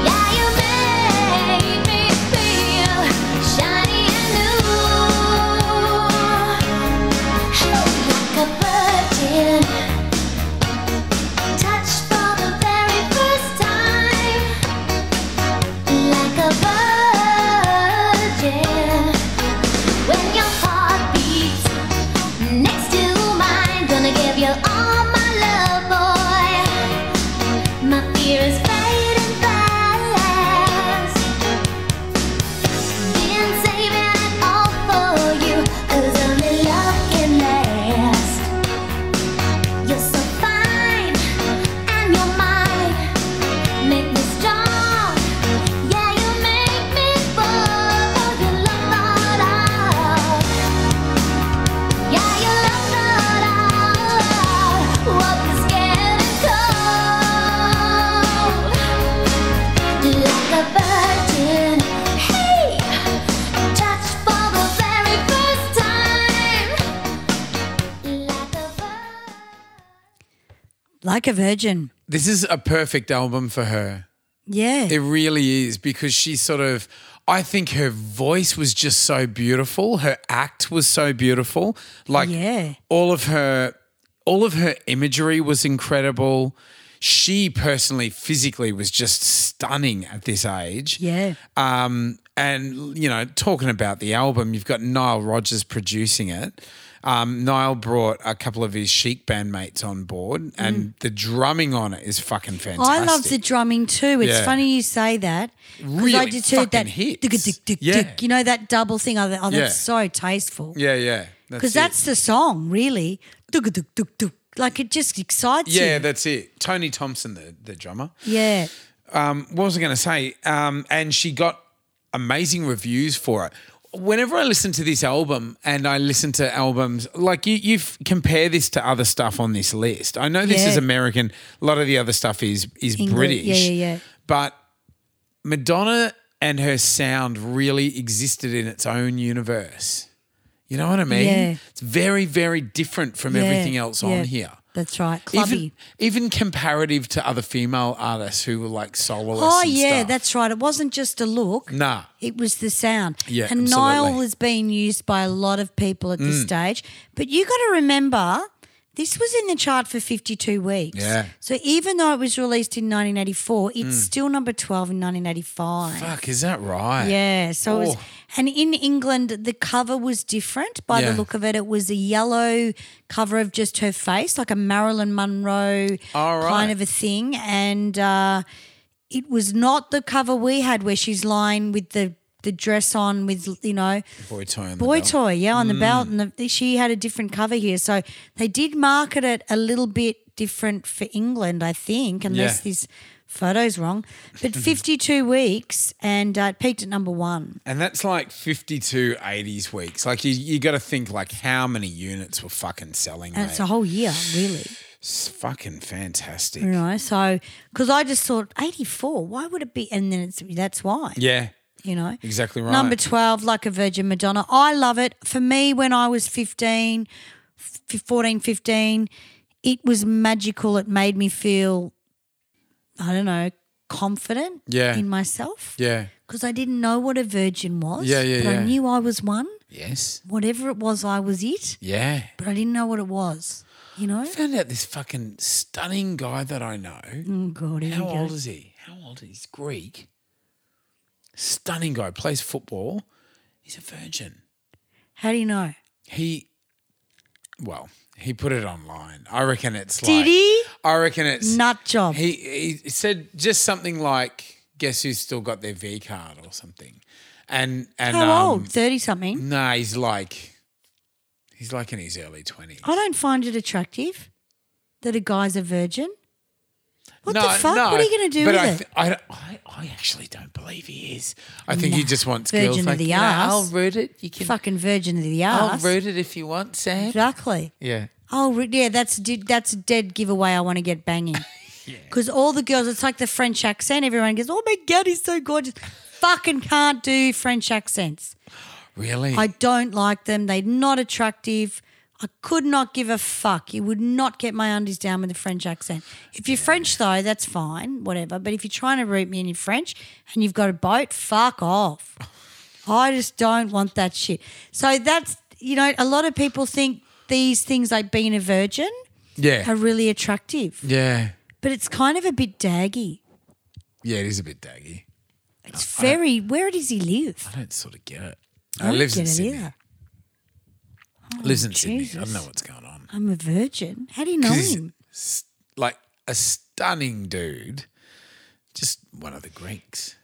Yeah, you made me feel shiny and new, like a virgin, touched for the very first time, like a virgin. When your heart beats next to mine, gonna give you all my love, boy. My fear is fading fast. Been saving it all for you, 'cause only love can last. You're so fine, and you're mine. Make me strong, yeah, you make me fall. You love it all. Yeah, you love it all. What is getting cold? Like a virgin, hey, touched for the very first time. Like a virgin. Like a virgin. This is a perfect album for her. Yeah. It really is because she sort of, I think her voice was just so beautiful. Her act was so beautiful. Like Yeah. all of her, all of her imagery was incredible. She personally, physically, was just stunning at this age. yeah. Um, and you know, talking about the album, you've got Nile Rodgers producing it. Um, Nile brought a couple of his chic bandmates on board, and the drumming on it is fucking fantastic. Mm. I love the drumming too. It's Yeah. funny you say that. 'cause I Really just heard fucking that hits. tick, tick, tick, Yeah. tick. You know that double thing? Oh, that- oh, that's Yeah. so tasteful. Yeah, yeah. Because it. that's, the song, really. Tuk, tuk, tuk, tuk. Like it just excites you. yeah, that's it. Tony Thompson, the the drummer. Yeah. um, what was I going to say? Um, and she got amazing reviews for it. Whenever I listen to this album and I listen to albums, like you, you've compare this to other stuff on this list. I know this Yeah. is American. A lot of the other stuff is is English. British. Yeah, yeah, yeah. But Madonna and her sound really existed in its own universe. You know what I mean? Yeah. It's very, very different from Yeah, everything else yeah. on here. That's right. Clubby. Even, even comparative to other female artists who were like soloists. Oh and yeah, stuff. that's right. It wasn't just a look. Nah. It was the sound. Yeah, And Nile absolutely. Mm. was being used by a lot of people at this stage. But you gotta remember this was in the chart for 52 weeks. Yeah. Mm. So even though it was released in 1984, it's still number 12 in 1985. Fuck, is that right? Yeah, so it was, Oh. and in England the cover was different. By the Yeah. look of it, it was a yellow cover of just her face, like a Marilyn Monroe All Oh, right. kind of a thing, and uh, it was not the cover we had where she's lying with the the dress on with you know Boy toy. and the boy Bell. toy, yeah, on the belt, and the, she had a different cover here. So they did market it a little bit different for England, I think, unless Yeah. this photo's wrong. But 52 weeks, and uh, it peaked at number one. And that's like 52 80s weeks. Like you, you got to think like how many units were fucking selling. And mate. it's a whole year, really. It's fucking fantastic. You know, so because I just thought 84, why would it be? And then it's that's why. Yeah. you know. Exactly right. Number 12, Like a Virgin Madonna. I love it. For me, when I was 15, f- 14, 15, it was magical. It made me feel, I don't know, confident Yeah. in myself. Yeah. Because I didn't know what a virgin was. Yeah, yeah, But I yeah. knew I was one. Yes. Whatever it was, I was it. Yeah. But I didn't know what it was, you know? I found out this fucking stunning guy that I know. Oh, God, here we How go. old is he? How old is he? He's Greek. Stunning guy. Plays football. He's a virgin. How do you know? He, well, he put it online. I reckon it's like. Did he? I reckon it's Nut job. He he said just something like, "Guess who's still got their V card or something," and and How um, old? 30 something. Nah, he's like, he's like in his early twenties. I don't find it attractive that a guy's a virgin. What no, the fuck? No, what are you going to do but with I, it? th- I, don't- I, I actually don't believe he is. I think he Nah, just wants virgin girls of like, the "You know, arse. I'll root it. You can. Fucking virgin of the I'll ass. root it if you want, Sam. Exactly. Yeah. Oh re- yeah, that's a di- that's a dead giveaway. I want to get banging because all the girls, it's like the French accent. Everyone goes, "Oh my god, he's so gorgeous." Fucking can't do French accents. Really? I don't like them. They're not attractive. I could not give a fuck. You would not get my undies down with a French accent. If you're French, though, that's fine, whatever. But if you're trying to root me and you're French and you've got a boat, fuck off. I just don't want that shit. So that's, you know, a lot of people think these things like being a virgin yeah. are really attractive, yeah. but it's kind of a bit daggy. Yeah. It is a bit daggy. It's very, where does he live? I don't sort of get it. I I don't lives in get it Sydney. either. lives in Sydney. I Jesus. don't know what's going on. I'm a virgin. How do you know 'Cause Oh, he's him? s- like a stunning dude, just one of the Greeks.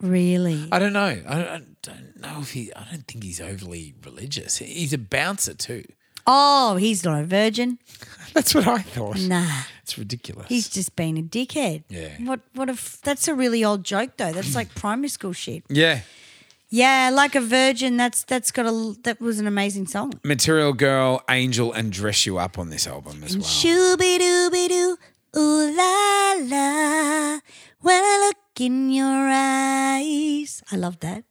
Really? I don't know. I don't, I don't know if he. I don't think he's overly religious. He's a bouncer too. Oh, he's not a virgin. That's what I thought. Nah, It's ridiculous. he's just been a dickhead. Yeah. What? What if that's a really old joke though? That's like primary school shit. yeah. Yeah, like a virgin. That's that's got a l- that was an amazing song. Material Girl, Angel, and Dress You Up on this album as well. Shooby dooby doo, ooh la la. When I look in your eyes, I love that.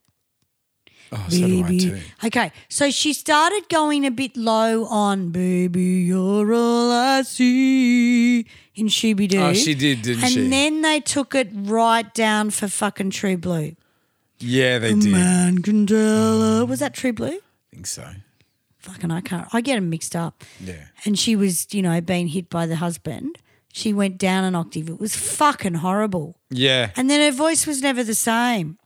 oh, so do I too. Okay, so she started going a bit low on "Baby, You're All I See" in Shooby Doo. Oh, she did, didn't and she? then they took it right down for fucking True Blue. Yeah, they did. I Man can tell. Was that True Blue? think so. Fucking, I can't. I get them mixed up. Yeah. And she was, you know, being hit by the husband. She went down an octave. It was fucking horrible. Yeah. And then her voice was never the same.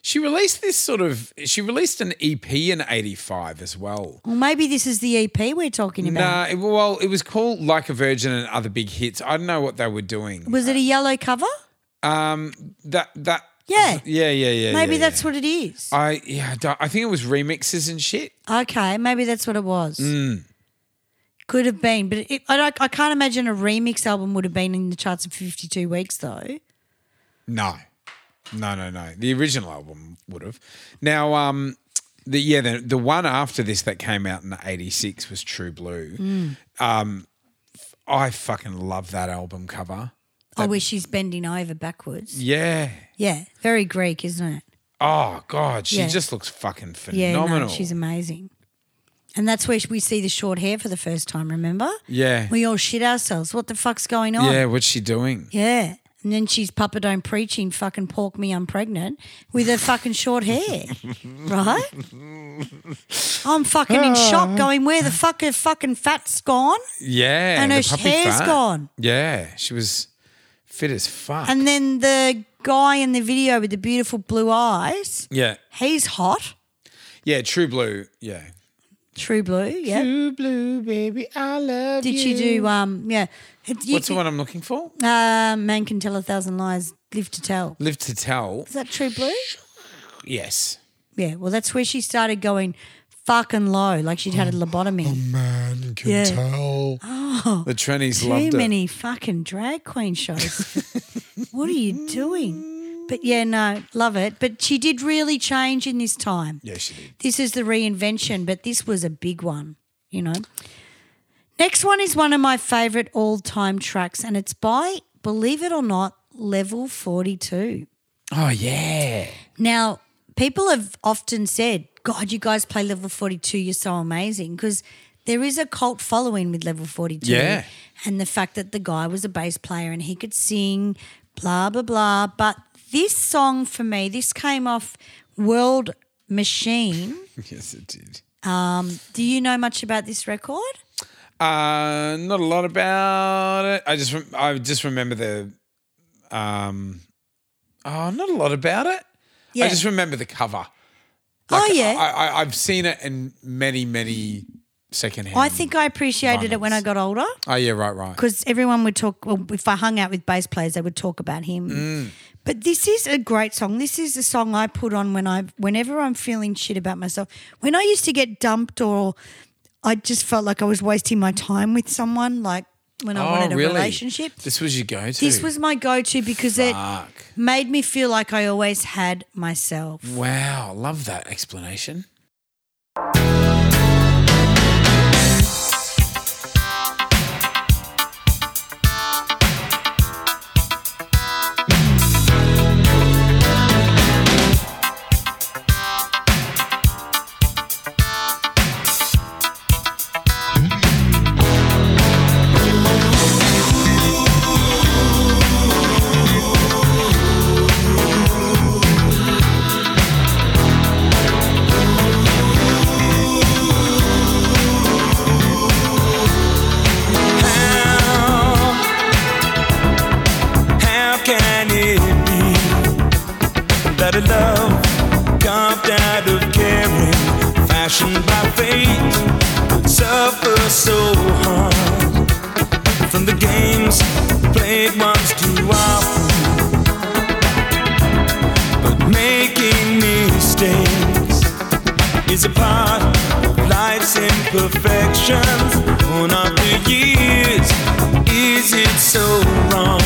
She released this sort of. She released an EP in '85 as well. Well, maybe this is the EP we're talking No, about. it, well, it was called Like a Virgin and Other Big Hits. I don't know what they were doing. Was it a yellow cover? That that Yeah. yeah yeah yeah. Maybe yeah, that's yeah. what it is. I yeah. I Mm. don't- I think it was remixes and shit. Okay, maybe that's what it was. Could have been, but it, I, don't- I can't imagine a remix album would have been in the charts in 52 weeks, though. No, no, no, no. The original album would have. Now, um, the yeah, the, the one after this that came out in '86 was True Blue. Mm. Um, f- I fucking love that album cover. I wish she's bending over backwards. Yeah. Yeah, very Greek, isn't it? Oh God, she Yeah. just looks fucking Yeah, no, phenomenal. she's amazing. And that's where we see the short hair for the first time, remember? yeah. We all shit ourselves. What the fuck's going on? Yeah. What's she doing? Yeah. And then she's Papa Don't Preaching, fucking pork me, I'm pregnant, with her fucking short hair. right? I'm fucking in Ah. shock going, where the fuck her fucking fat's gone? Yeah. And the her puppy hair's fart. gone. Yeah, she was fit as fuck. And then the guy in the video with the beautiful blue eyes, yeah. he's hot. Yeah. True Blue. Yeah. True blue, yeah. True Blue, baby, I love Did she do, um, yeah. Had you- What's the one I'm looking for? Uh, man can tell a thousand lies, live to tell. Live to Tell. Is that true blue? Yes. Yeah, well, that's where she started going fucking low, like she'd had a lobotomy. Oh, Man can Yeah. tell. the trannies Oh, Too loved it. many fucking drag queen shows. what are you doing? But yeah, no, love it. But she did really change in this time. Yeah, she did. This is the reinvention, but this was a big one, you know. Next one is one of my favorite all time tracks, and it's by, believe it or not, Level 42. Oh yeah. Now, people have often said, God, you guys play level 42, you're so amazing. Because there is a cult following with level 42. Yeah. And the fact that the guy was a bass player and he could sing, blah, blah, blah. But this song for me, this came off World Machine. Yes, it did. Do you know much about this record? Uh, not a lot about it. I just rem- I just remember the, um, oh, not a lot about it. I Yeah. just remember the cover. oh, yeah. I, I I've seen it in many many secondhand. I think I appreciated it when I vinyls. got older. Oh yeah, right, right. because everyone would talk. Well, if I hung out with bass players, they would talk about him. Mm. But this is a great song. This is a song I put on when I, whenever I'm feeling shit about myself. When I used to get dumped, or I just felt like I was wasting my time with someone, like when I wanted a relationship. Oh, This was your go-to. This was my go-to because Fuck. it made me feel like I always had myself. wow. Love that explanation. How can it be that a love carved out of caring, fashioned by fate, would suffer so hard from the games played once too often, but making mistakes is a part of life's imperfections. One of the years, is it so wrong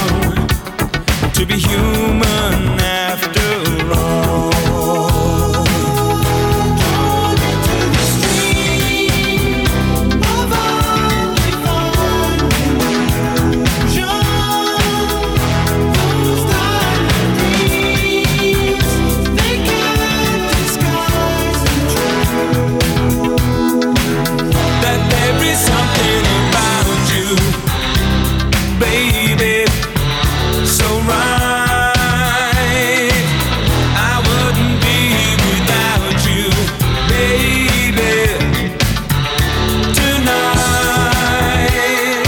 to be human after all? That there is something about you, baby, so right. I wouldn't be without you, baby, tonight.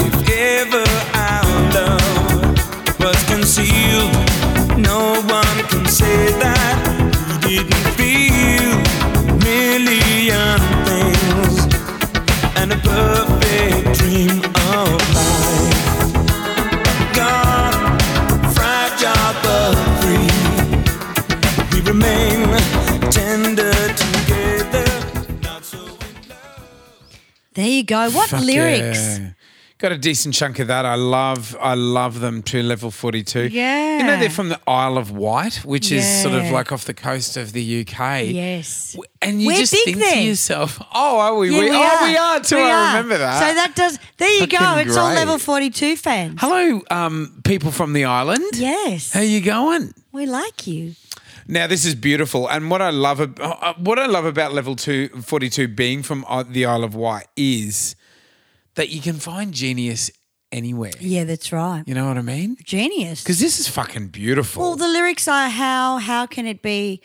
If ever our love was concealed, no one can say that we didn't feel million things and a perfect dream of life. Gone, fragile but free, we remain tender together, not so in love. There you go. What Fuck lyrics? yeah. Got a decent chunk of that. I love, I love them to level forty two. Yeah. you know they're from the Isle of Wight, which is sort of Yeah. like off the coast of the UK. Yes. W- and you We're just big think there. to yourself, "Oh, are we? Yeah, we, Oh, we are too. We I are. remember that. So that does. There you go. Fucking It's all great. level forty-two fans. Hello, um, people from the island. Yes, How you going? we like you. Now this is beautiful, and what I love ab- uh, what I love about level two, 42 being from uh, the Isle of Wight is that you can find genius anywhere. Yeah, that's right. You know what I mean? Genius. Because this is fucking beautiful. Well, the lyrics are how how can it be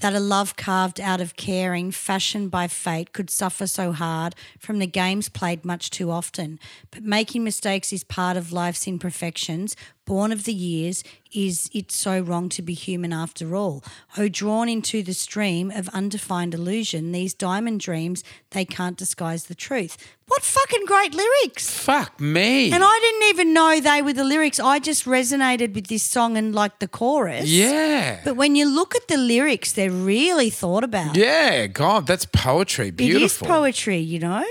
that a love carved out of caring, fashioned by fate, could suffer so hard from the games played much too often? But making mistakes is part of life's imperfections. Born of the years, is it so wrong to be human after all? Oh, drawn into the stream of undefined illusion, these diamond dreams, they can't disguise the truth. What fucking great lyrics! Fuck me. And I didn't even know they were the lyrics. I just resonated with this song and like the chorus. yeah. But when you look at the lyrics, they're really thought about. yeah, God, that's poetry. Beautiful. It is poetry, you know?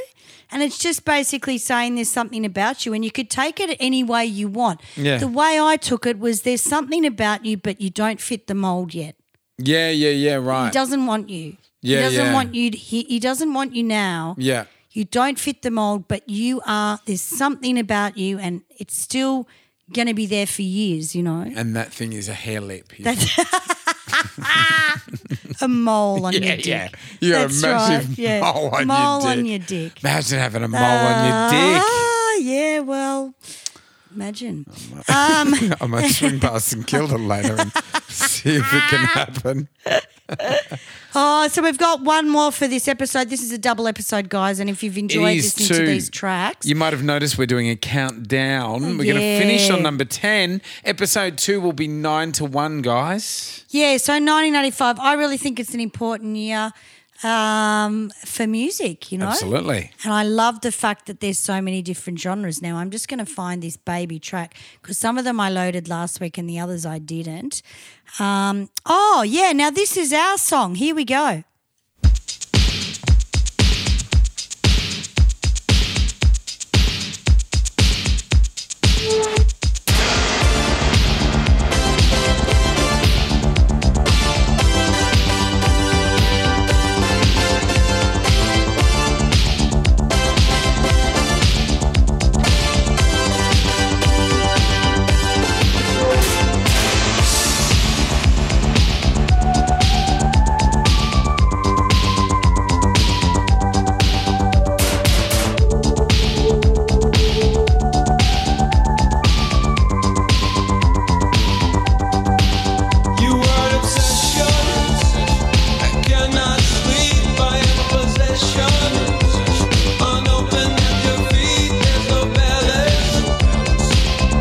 And it's just basically saying there's something about you and you could take it any way you want. Yeah. The way I took it was there's something about you, but you don't fit the mold yet. Yeah, yeah, yeah, right. He doesn't want you. Yeah, he doesn't yeah. want you to, he, he doesn't want you now. yeah. You don't fit the mold, but you are there's something about you and it's still gonna be there for years, you know. And that thing is a hair lip. You- That's a mole on your yeah, dick. yeah. You're That's a massive right, yeah. mole on Mole your dick. on your dick. Imagine having a mole on your dick. Ah, yeah, well, imagine. I might swing past and kill them later and see if it can happen. Oh, so we've got one more for this episode. This is a double episode, guys. And if you've enjoyed listening to these tracks, You might have noticed we're doing a countdown. We're going to finish on Yeah. number 10. Episode 2 will be 9 to 1, guys. yeah, so 1985, I really think it's an important year um, for music, you know? Absolutely. And I love the fact that there's so many different genres now. I'm just going to find this baby track because some of them I loaded last week and the others I didn't. Um, oh, yeah. Now, this is our song. Here we go. You are an obsession. I cannot sleep. I am a possession. Unopened at your feet, there's no balance,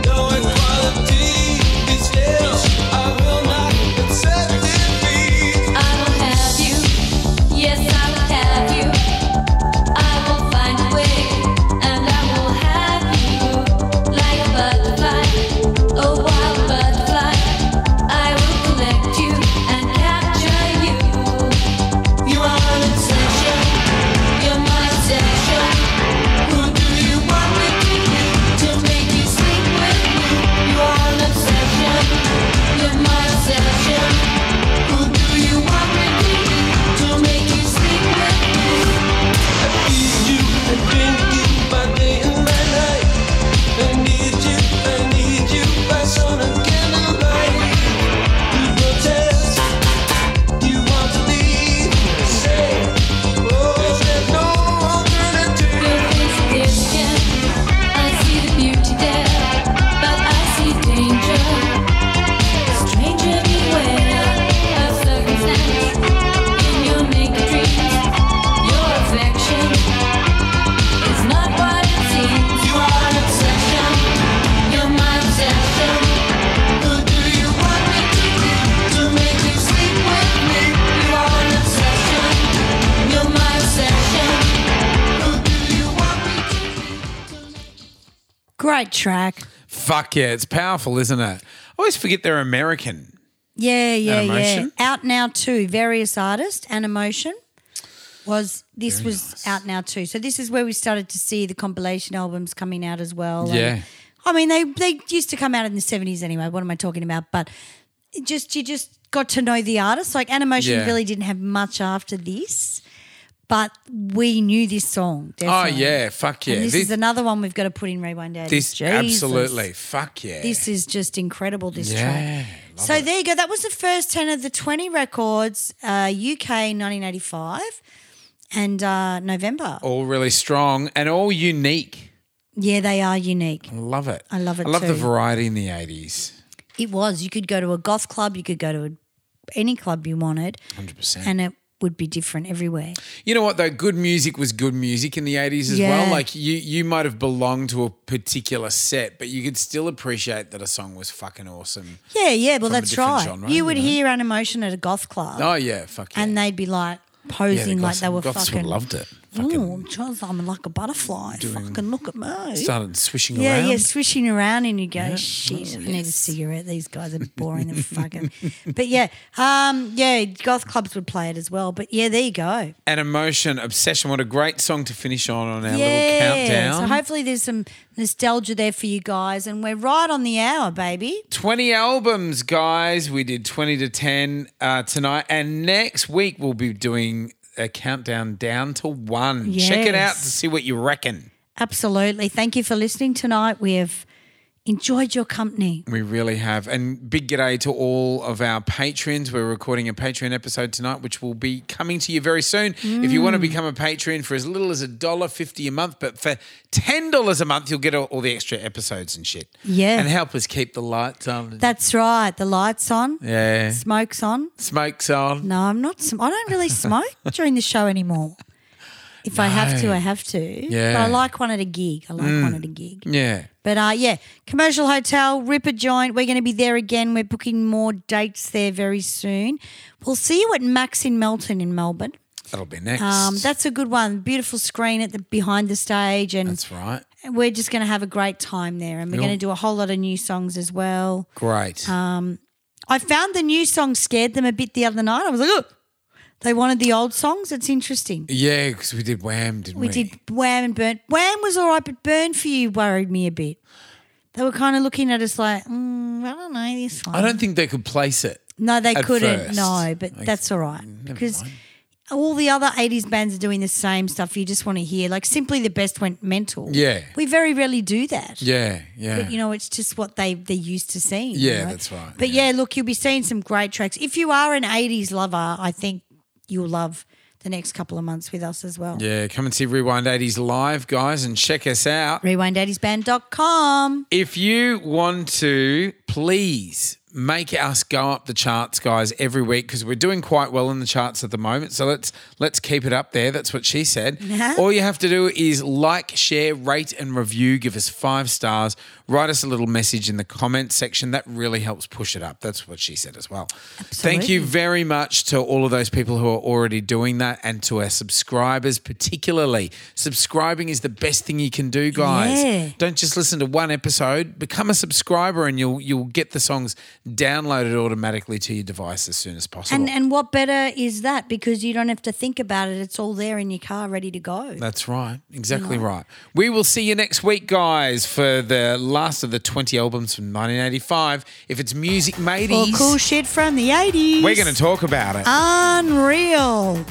no equality. It's still, I will not accept defeat. I will have you. Yes, I will have you. I will find a way, and I will have you like a butterfly, a wild butterfly. I will collect you and capture you. You are an obsession. You're my obsession. Who do you want me to be to make you sleep with me? You are an obsession. You're my obsession. Who do you want me to be to make you sleep with me? Need you and drink you by day and by night. I need you, I need you by sun and candlelight. You protest, you want to leave. Say, oh, there's no alternative. Your face addiction. I see the beauty there, but I see danger. Stranger beware of circumstance in your naked dreams. Your affection is not what it seems. You are an obsession. You're my obsession. Who do you want me to be to make you sleep with me? You are an obsession. You're my obsession. Great track. Fuck yeah, it's powerful, isn't it? I always forget they're American. Yeah, yeah, yeah. Emotion. Out now, too. Various artists and emotion. was this was out now too. So this is where we started to see the compilation albums coming out as well. And, Yeah. I mean they they used to come out in the seventies anyway. What am I talking about? But it just you just got to know the artist. Like Animotion Yeah. really didn't have much after this, but we knew this song. Oh Definitely. yeah, fuck yeah. And this, Thi- is another one we've got to put in Rewind Daddy. this Jesus. absolutely, fuck yeah. This is just incredible, this Yeah, track. So there you go. That was the first 10 of the 20 records, uh, UK 1985 and uh, November. all really strong and all unique. Yeah, they are unique. Love it. I love it I love the too. variety in the eighties. It was. You could go to a goth club, you could go to a, any club you wanted, Hundred percent. and it would be different everywhere. You know what though? Good music was good music in the eighties as Yeah. well. Like you, you might have belonged to a particular set, but you could still appreciate that a song was fucking awesome. Yeah, yeah. Well, From a that's different right. genre, you would you know. hear Animotion at a goth club, Oh yeah, fuck yeah. and they'd be like yeah, the posing like goths- they were goths fucking. loved it. Fucking Oh, I'm trying to- I'm like a butterfly. Fucking look at me. started swishing Yeah, around. yeah, swishing around, and you go, shit, I need a cigarette. These guys are boring and fucking. But yeah, um, yeah, goth clubs would play it as well. But yeah, there you go. And emotion, obsession. What a great song to finish on on our yeah. little countdown. So hopefully there's some nostalgia there for you guys, and we're right on the hour, baby. 20 albums, guys. We did 20 to 10 uh, tonight. And next week, we'll be doing a countdown down to one. Check it out Yes. to see what you reckon. Absolutely. Thank you for listening tonight. We have enjoyed your company. We really have. And big g'day to all of our patrons. We're recording a Patreon episode tonight, which will be coming to you very soon. If you Mm. want to become a patron for as little as a dollar fifty a month, but for ten dollars a month, you'll get all, all the extra episodes and shit. Yeah. And help us keep the lights on. That's right. The lights on. yeah. Smokes on. Smokes on. No, I'm not. Sm- I don't really smoke during the show anymore. If I have to, I have to. But I Yeah. Mm. like one at a gig. I like one at a gig. Yeah. But uh, yeah, commercial hotel, ripper joint. We're going to be there again. We're booking more dates there very soon. We'll see you at Max in Melton in Melbourne. That'll be next. Um, that's a good one. Beautiful screen at the behind the stage, and That's right. we're just going to have a great time there. And we're Cool. going to do a whole lot of new songs as well. Great. Um, I found the new song scared them a bit the other night. I was like, oh, they wanted the old songs. It's interesting. yeah, because we did Wham, didn't we? We did Wham and Burn. Wham was all right, but Burn for You worried me a bit. They were kind of looking at us like, mm, I don't know this one. I don't think they could place it. no, they at couldn't. first. No, but Like, that's all right never because mind. all the other '80s bands are doing the same stuff. You just want to hear like simply the best went mental. Yeah. we very rarely do that. Yeah, yeah. But you know, it's just what they they're used to seeing. Yeah, right? that's right, But yeah. yeah. look, you'll be seeing some great tracks. If you are an '80s lover, I think you'll love the next couple of months with us as well. yeah, come and see Rewind 80s live, guys, and check us out. RewindDaddy'sBand.com. If you want to, please make us go up the charts, guys, every week because we're doing quite well in the charts at the moment. So let's let's keep it up there. That's what she said. Yeah. All you have to do is like, share, rate, and review. Give us five stars. Write us a little message in the comments section. That really helps push it up. That's what she said as well. Thank you very much to all of those people who are already doing that and to our subscribers, particularly. Subscribing is the best thing you can do, guys. Yeah. Don't just listen to one episode. Become a subscriber, and you'll you'll get the songs downloaded automatically to your device as soon as possible. And and what better is that? Because you don't have to think about it. It's all there in your car, ready to go. That's right. Exactly right. We will see you next week, guys, for the last of the 20 albums from 1985. If it's music mateys, Or cool shit from the '80s. we're going to talk about it. Unreal.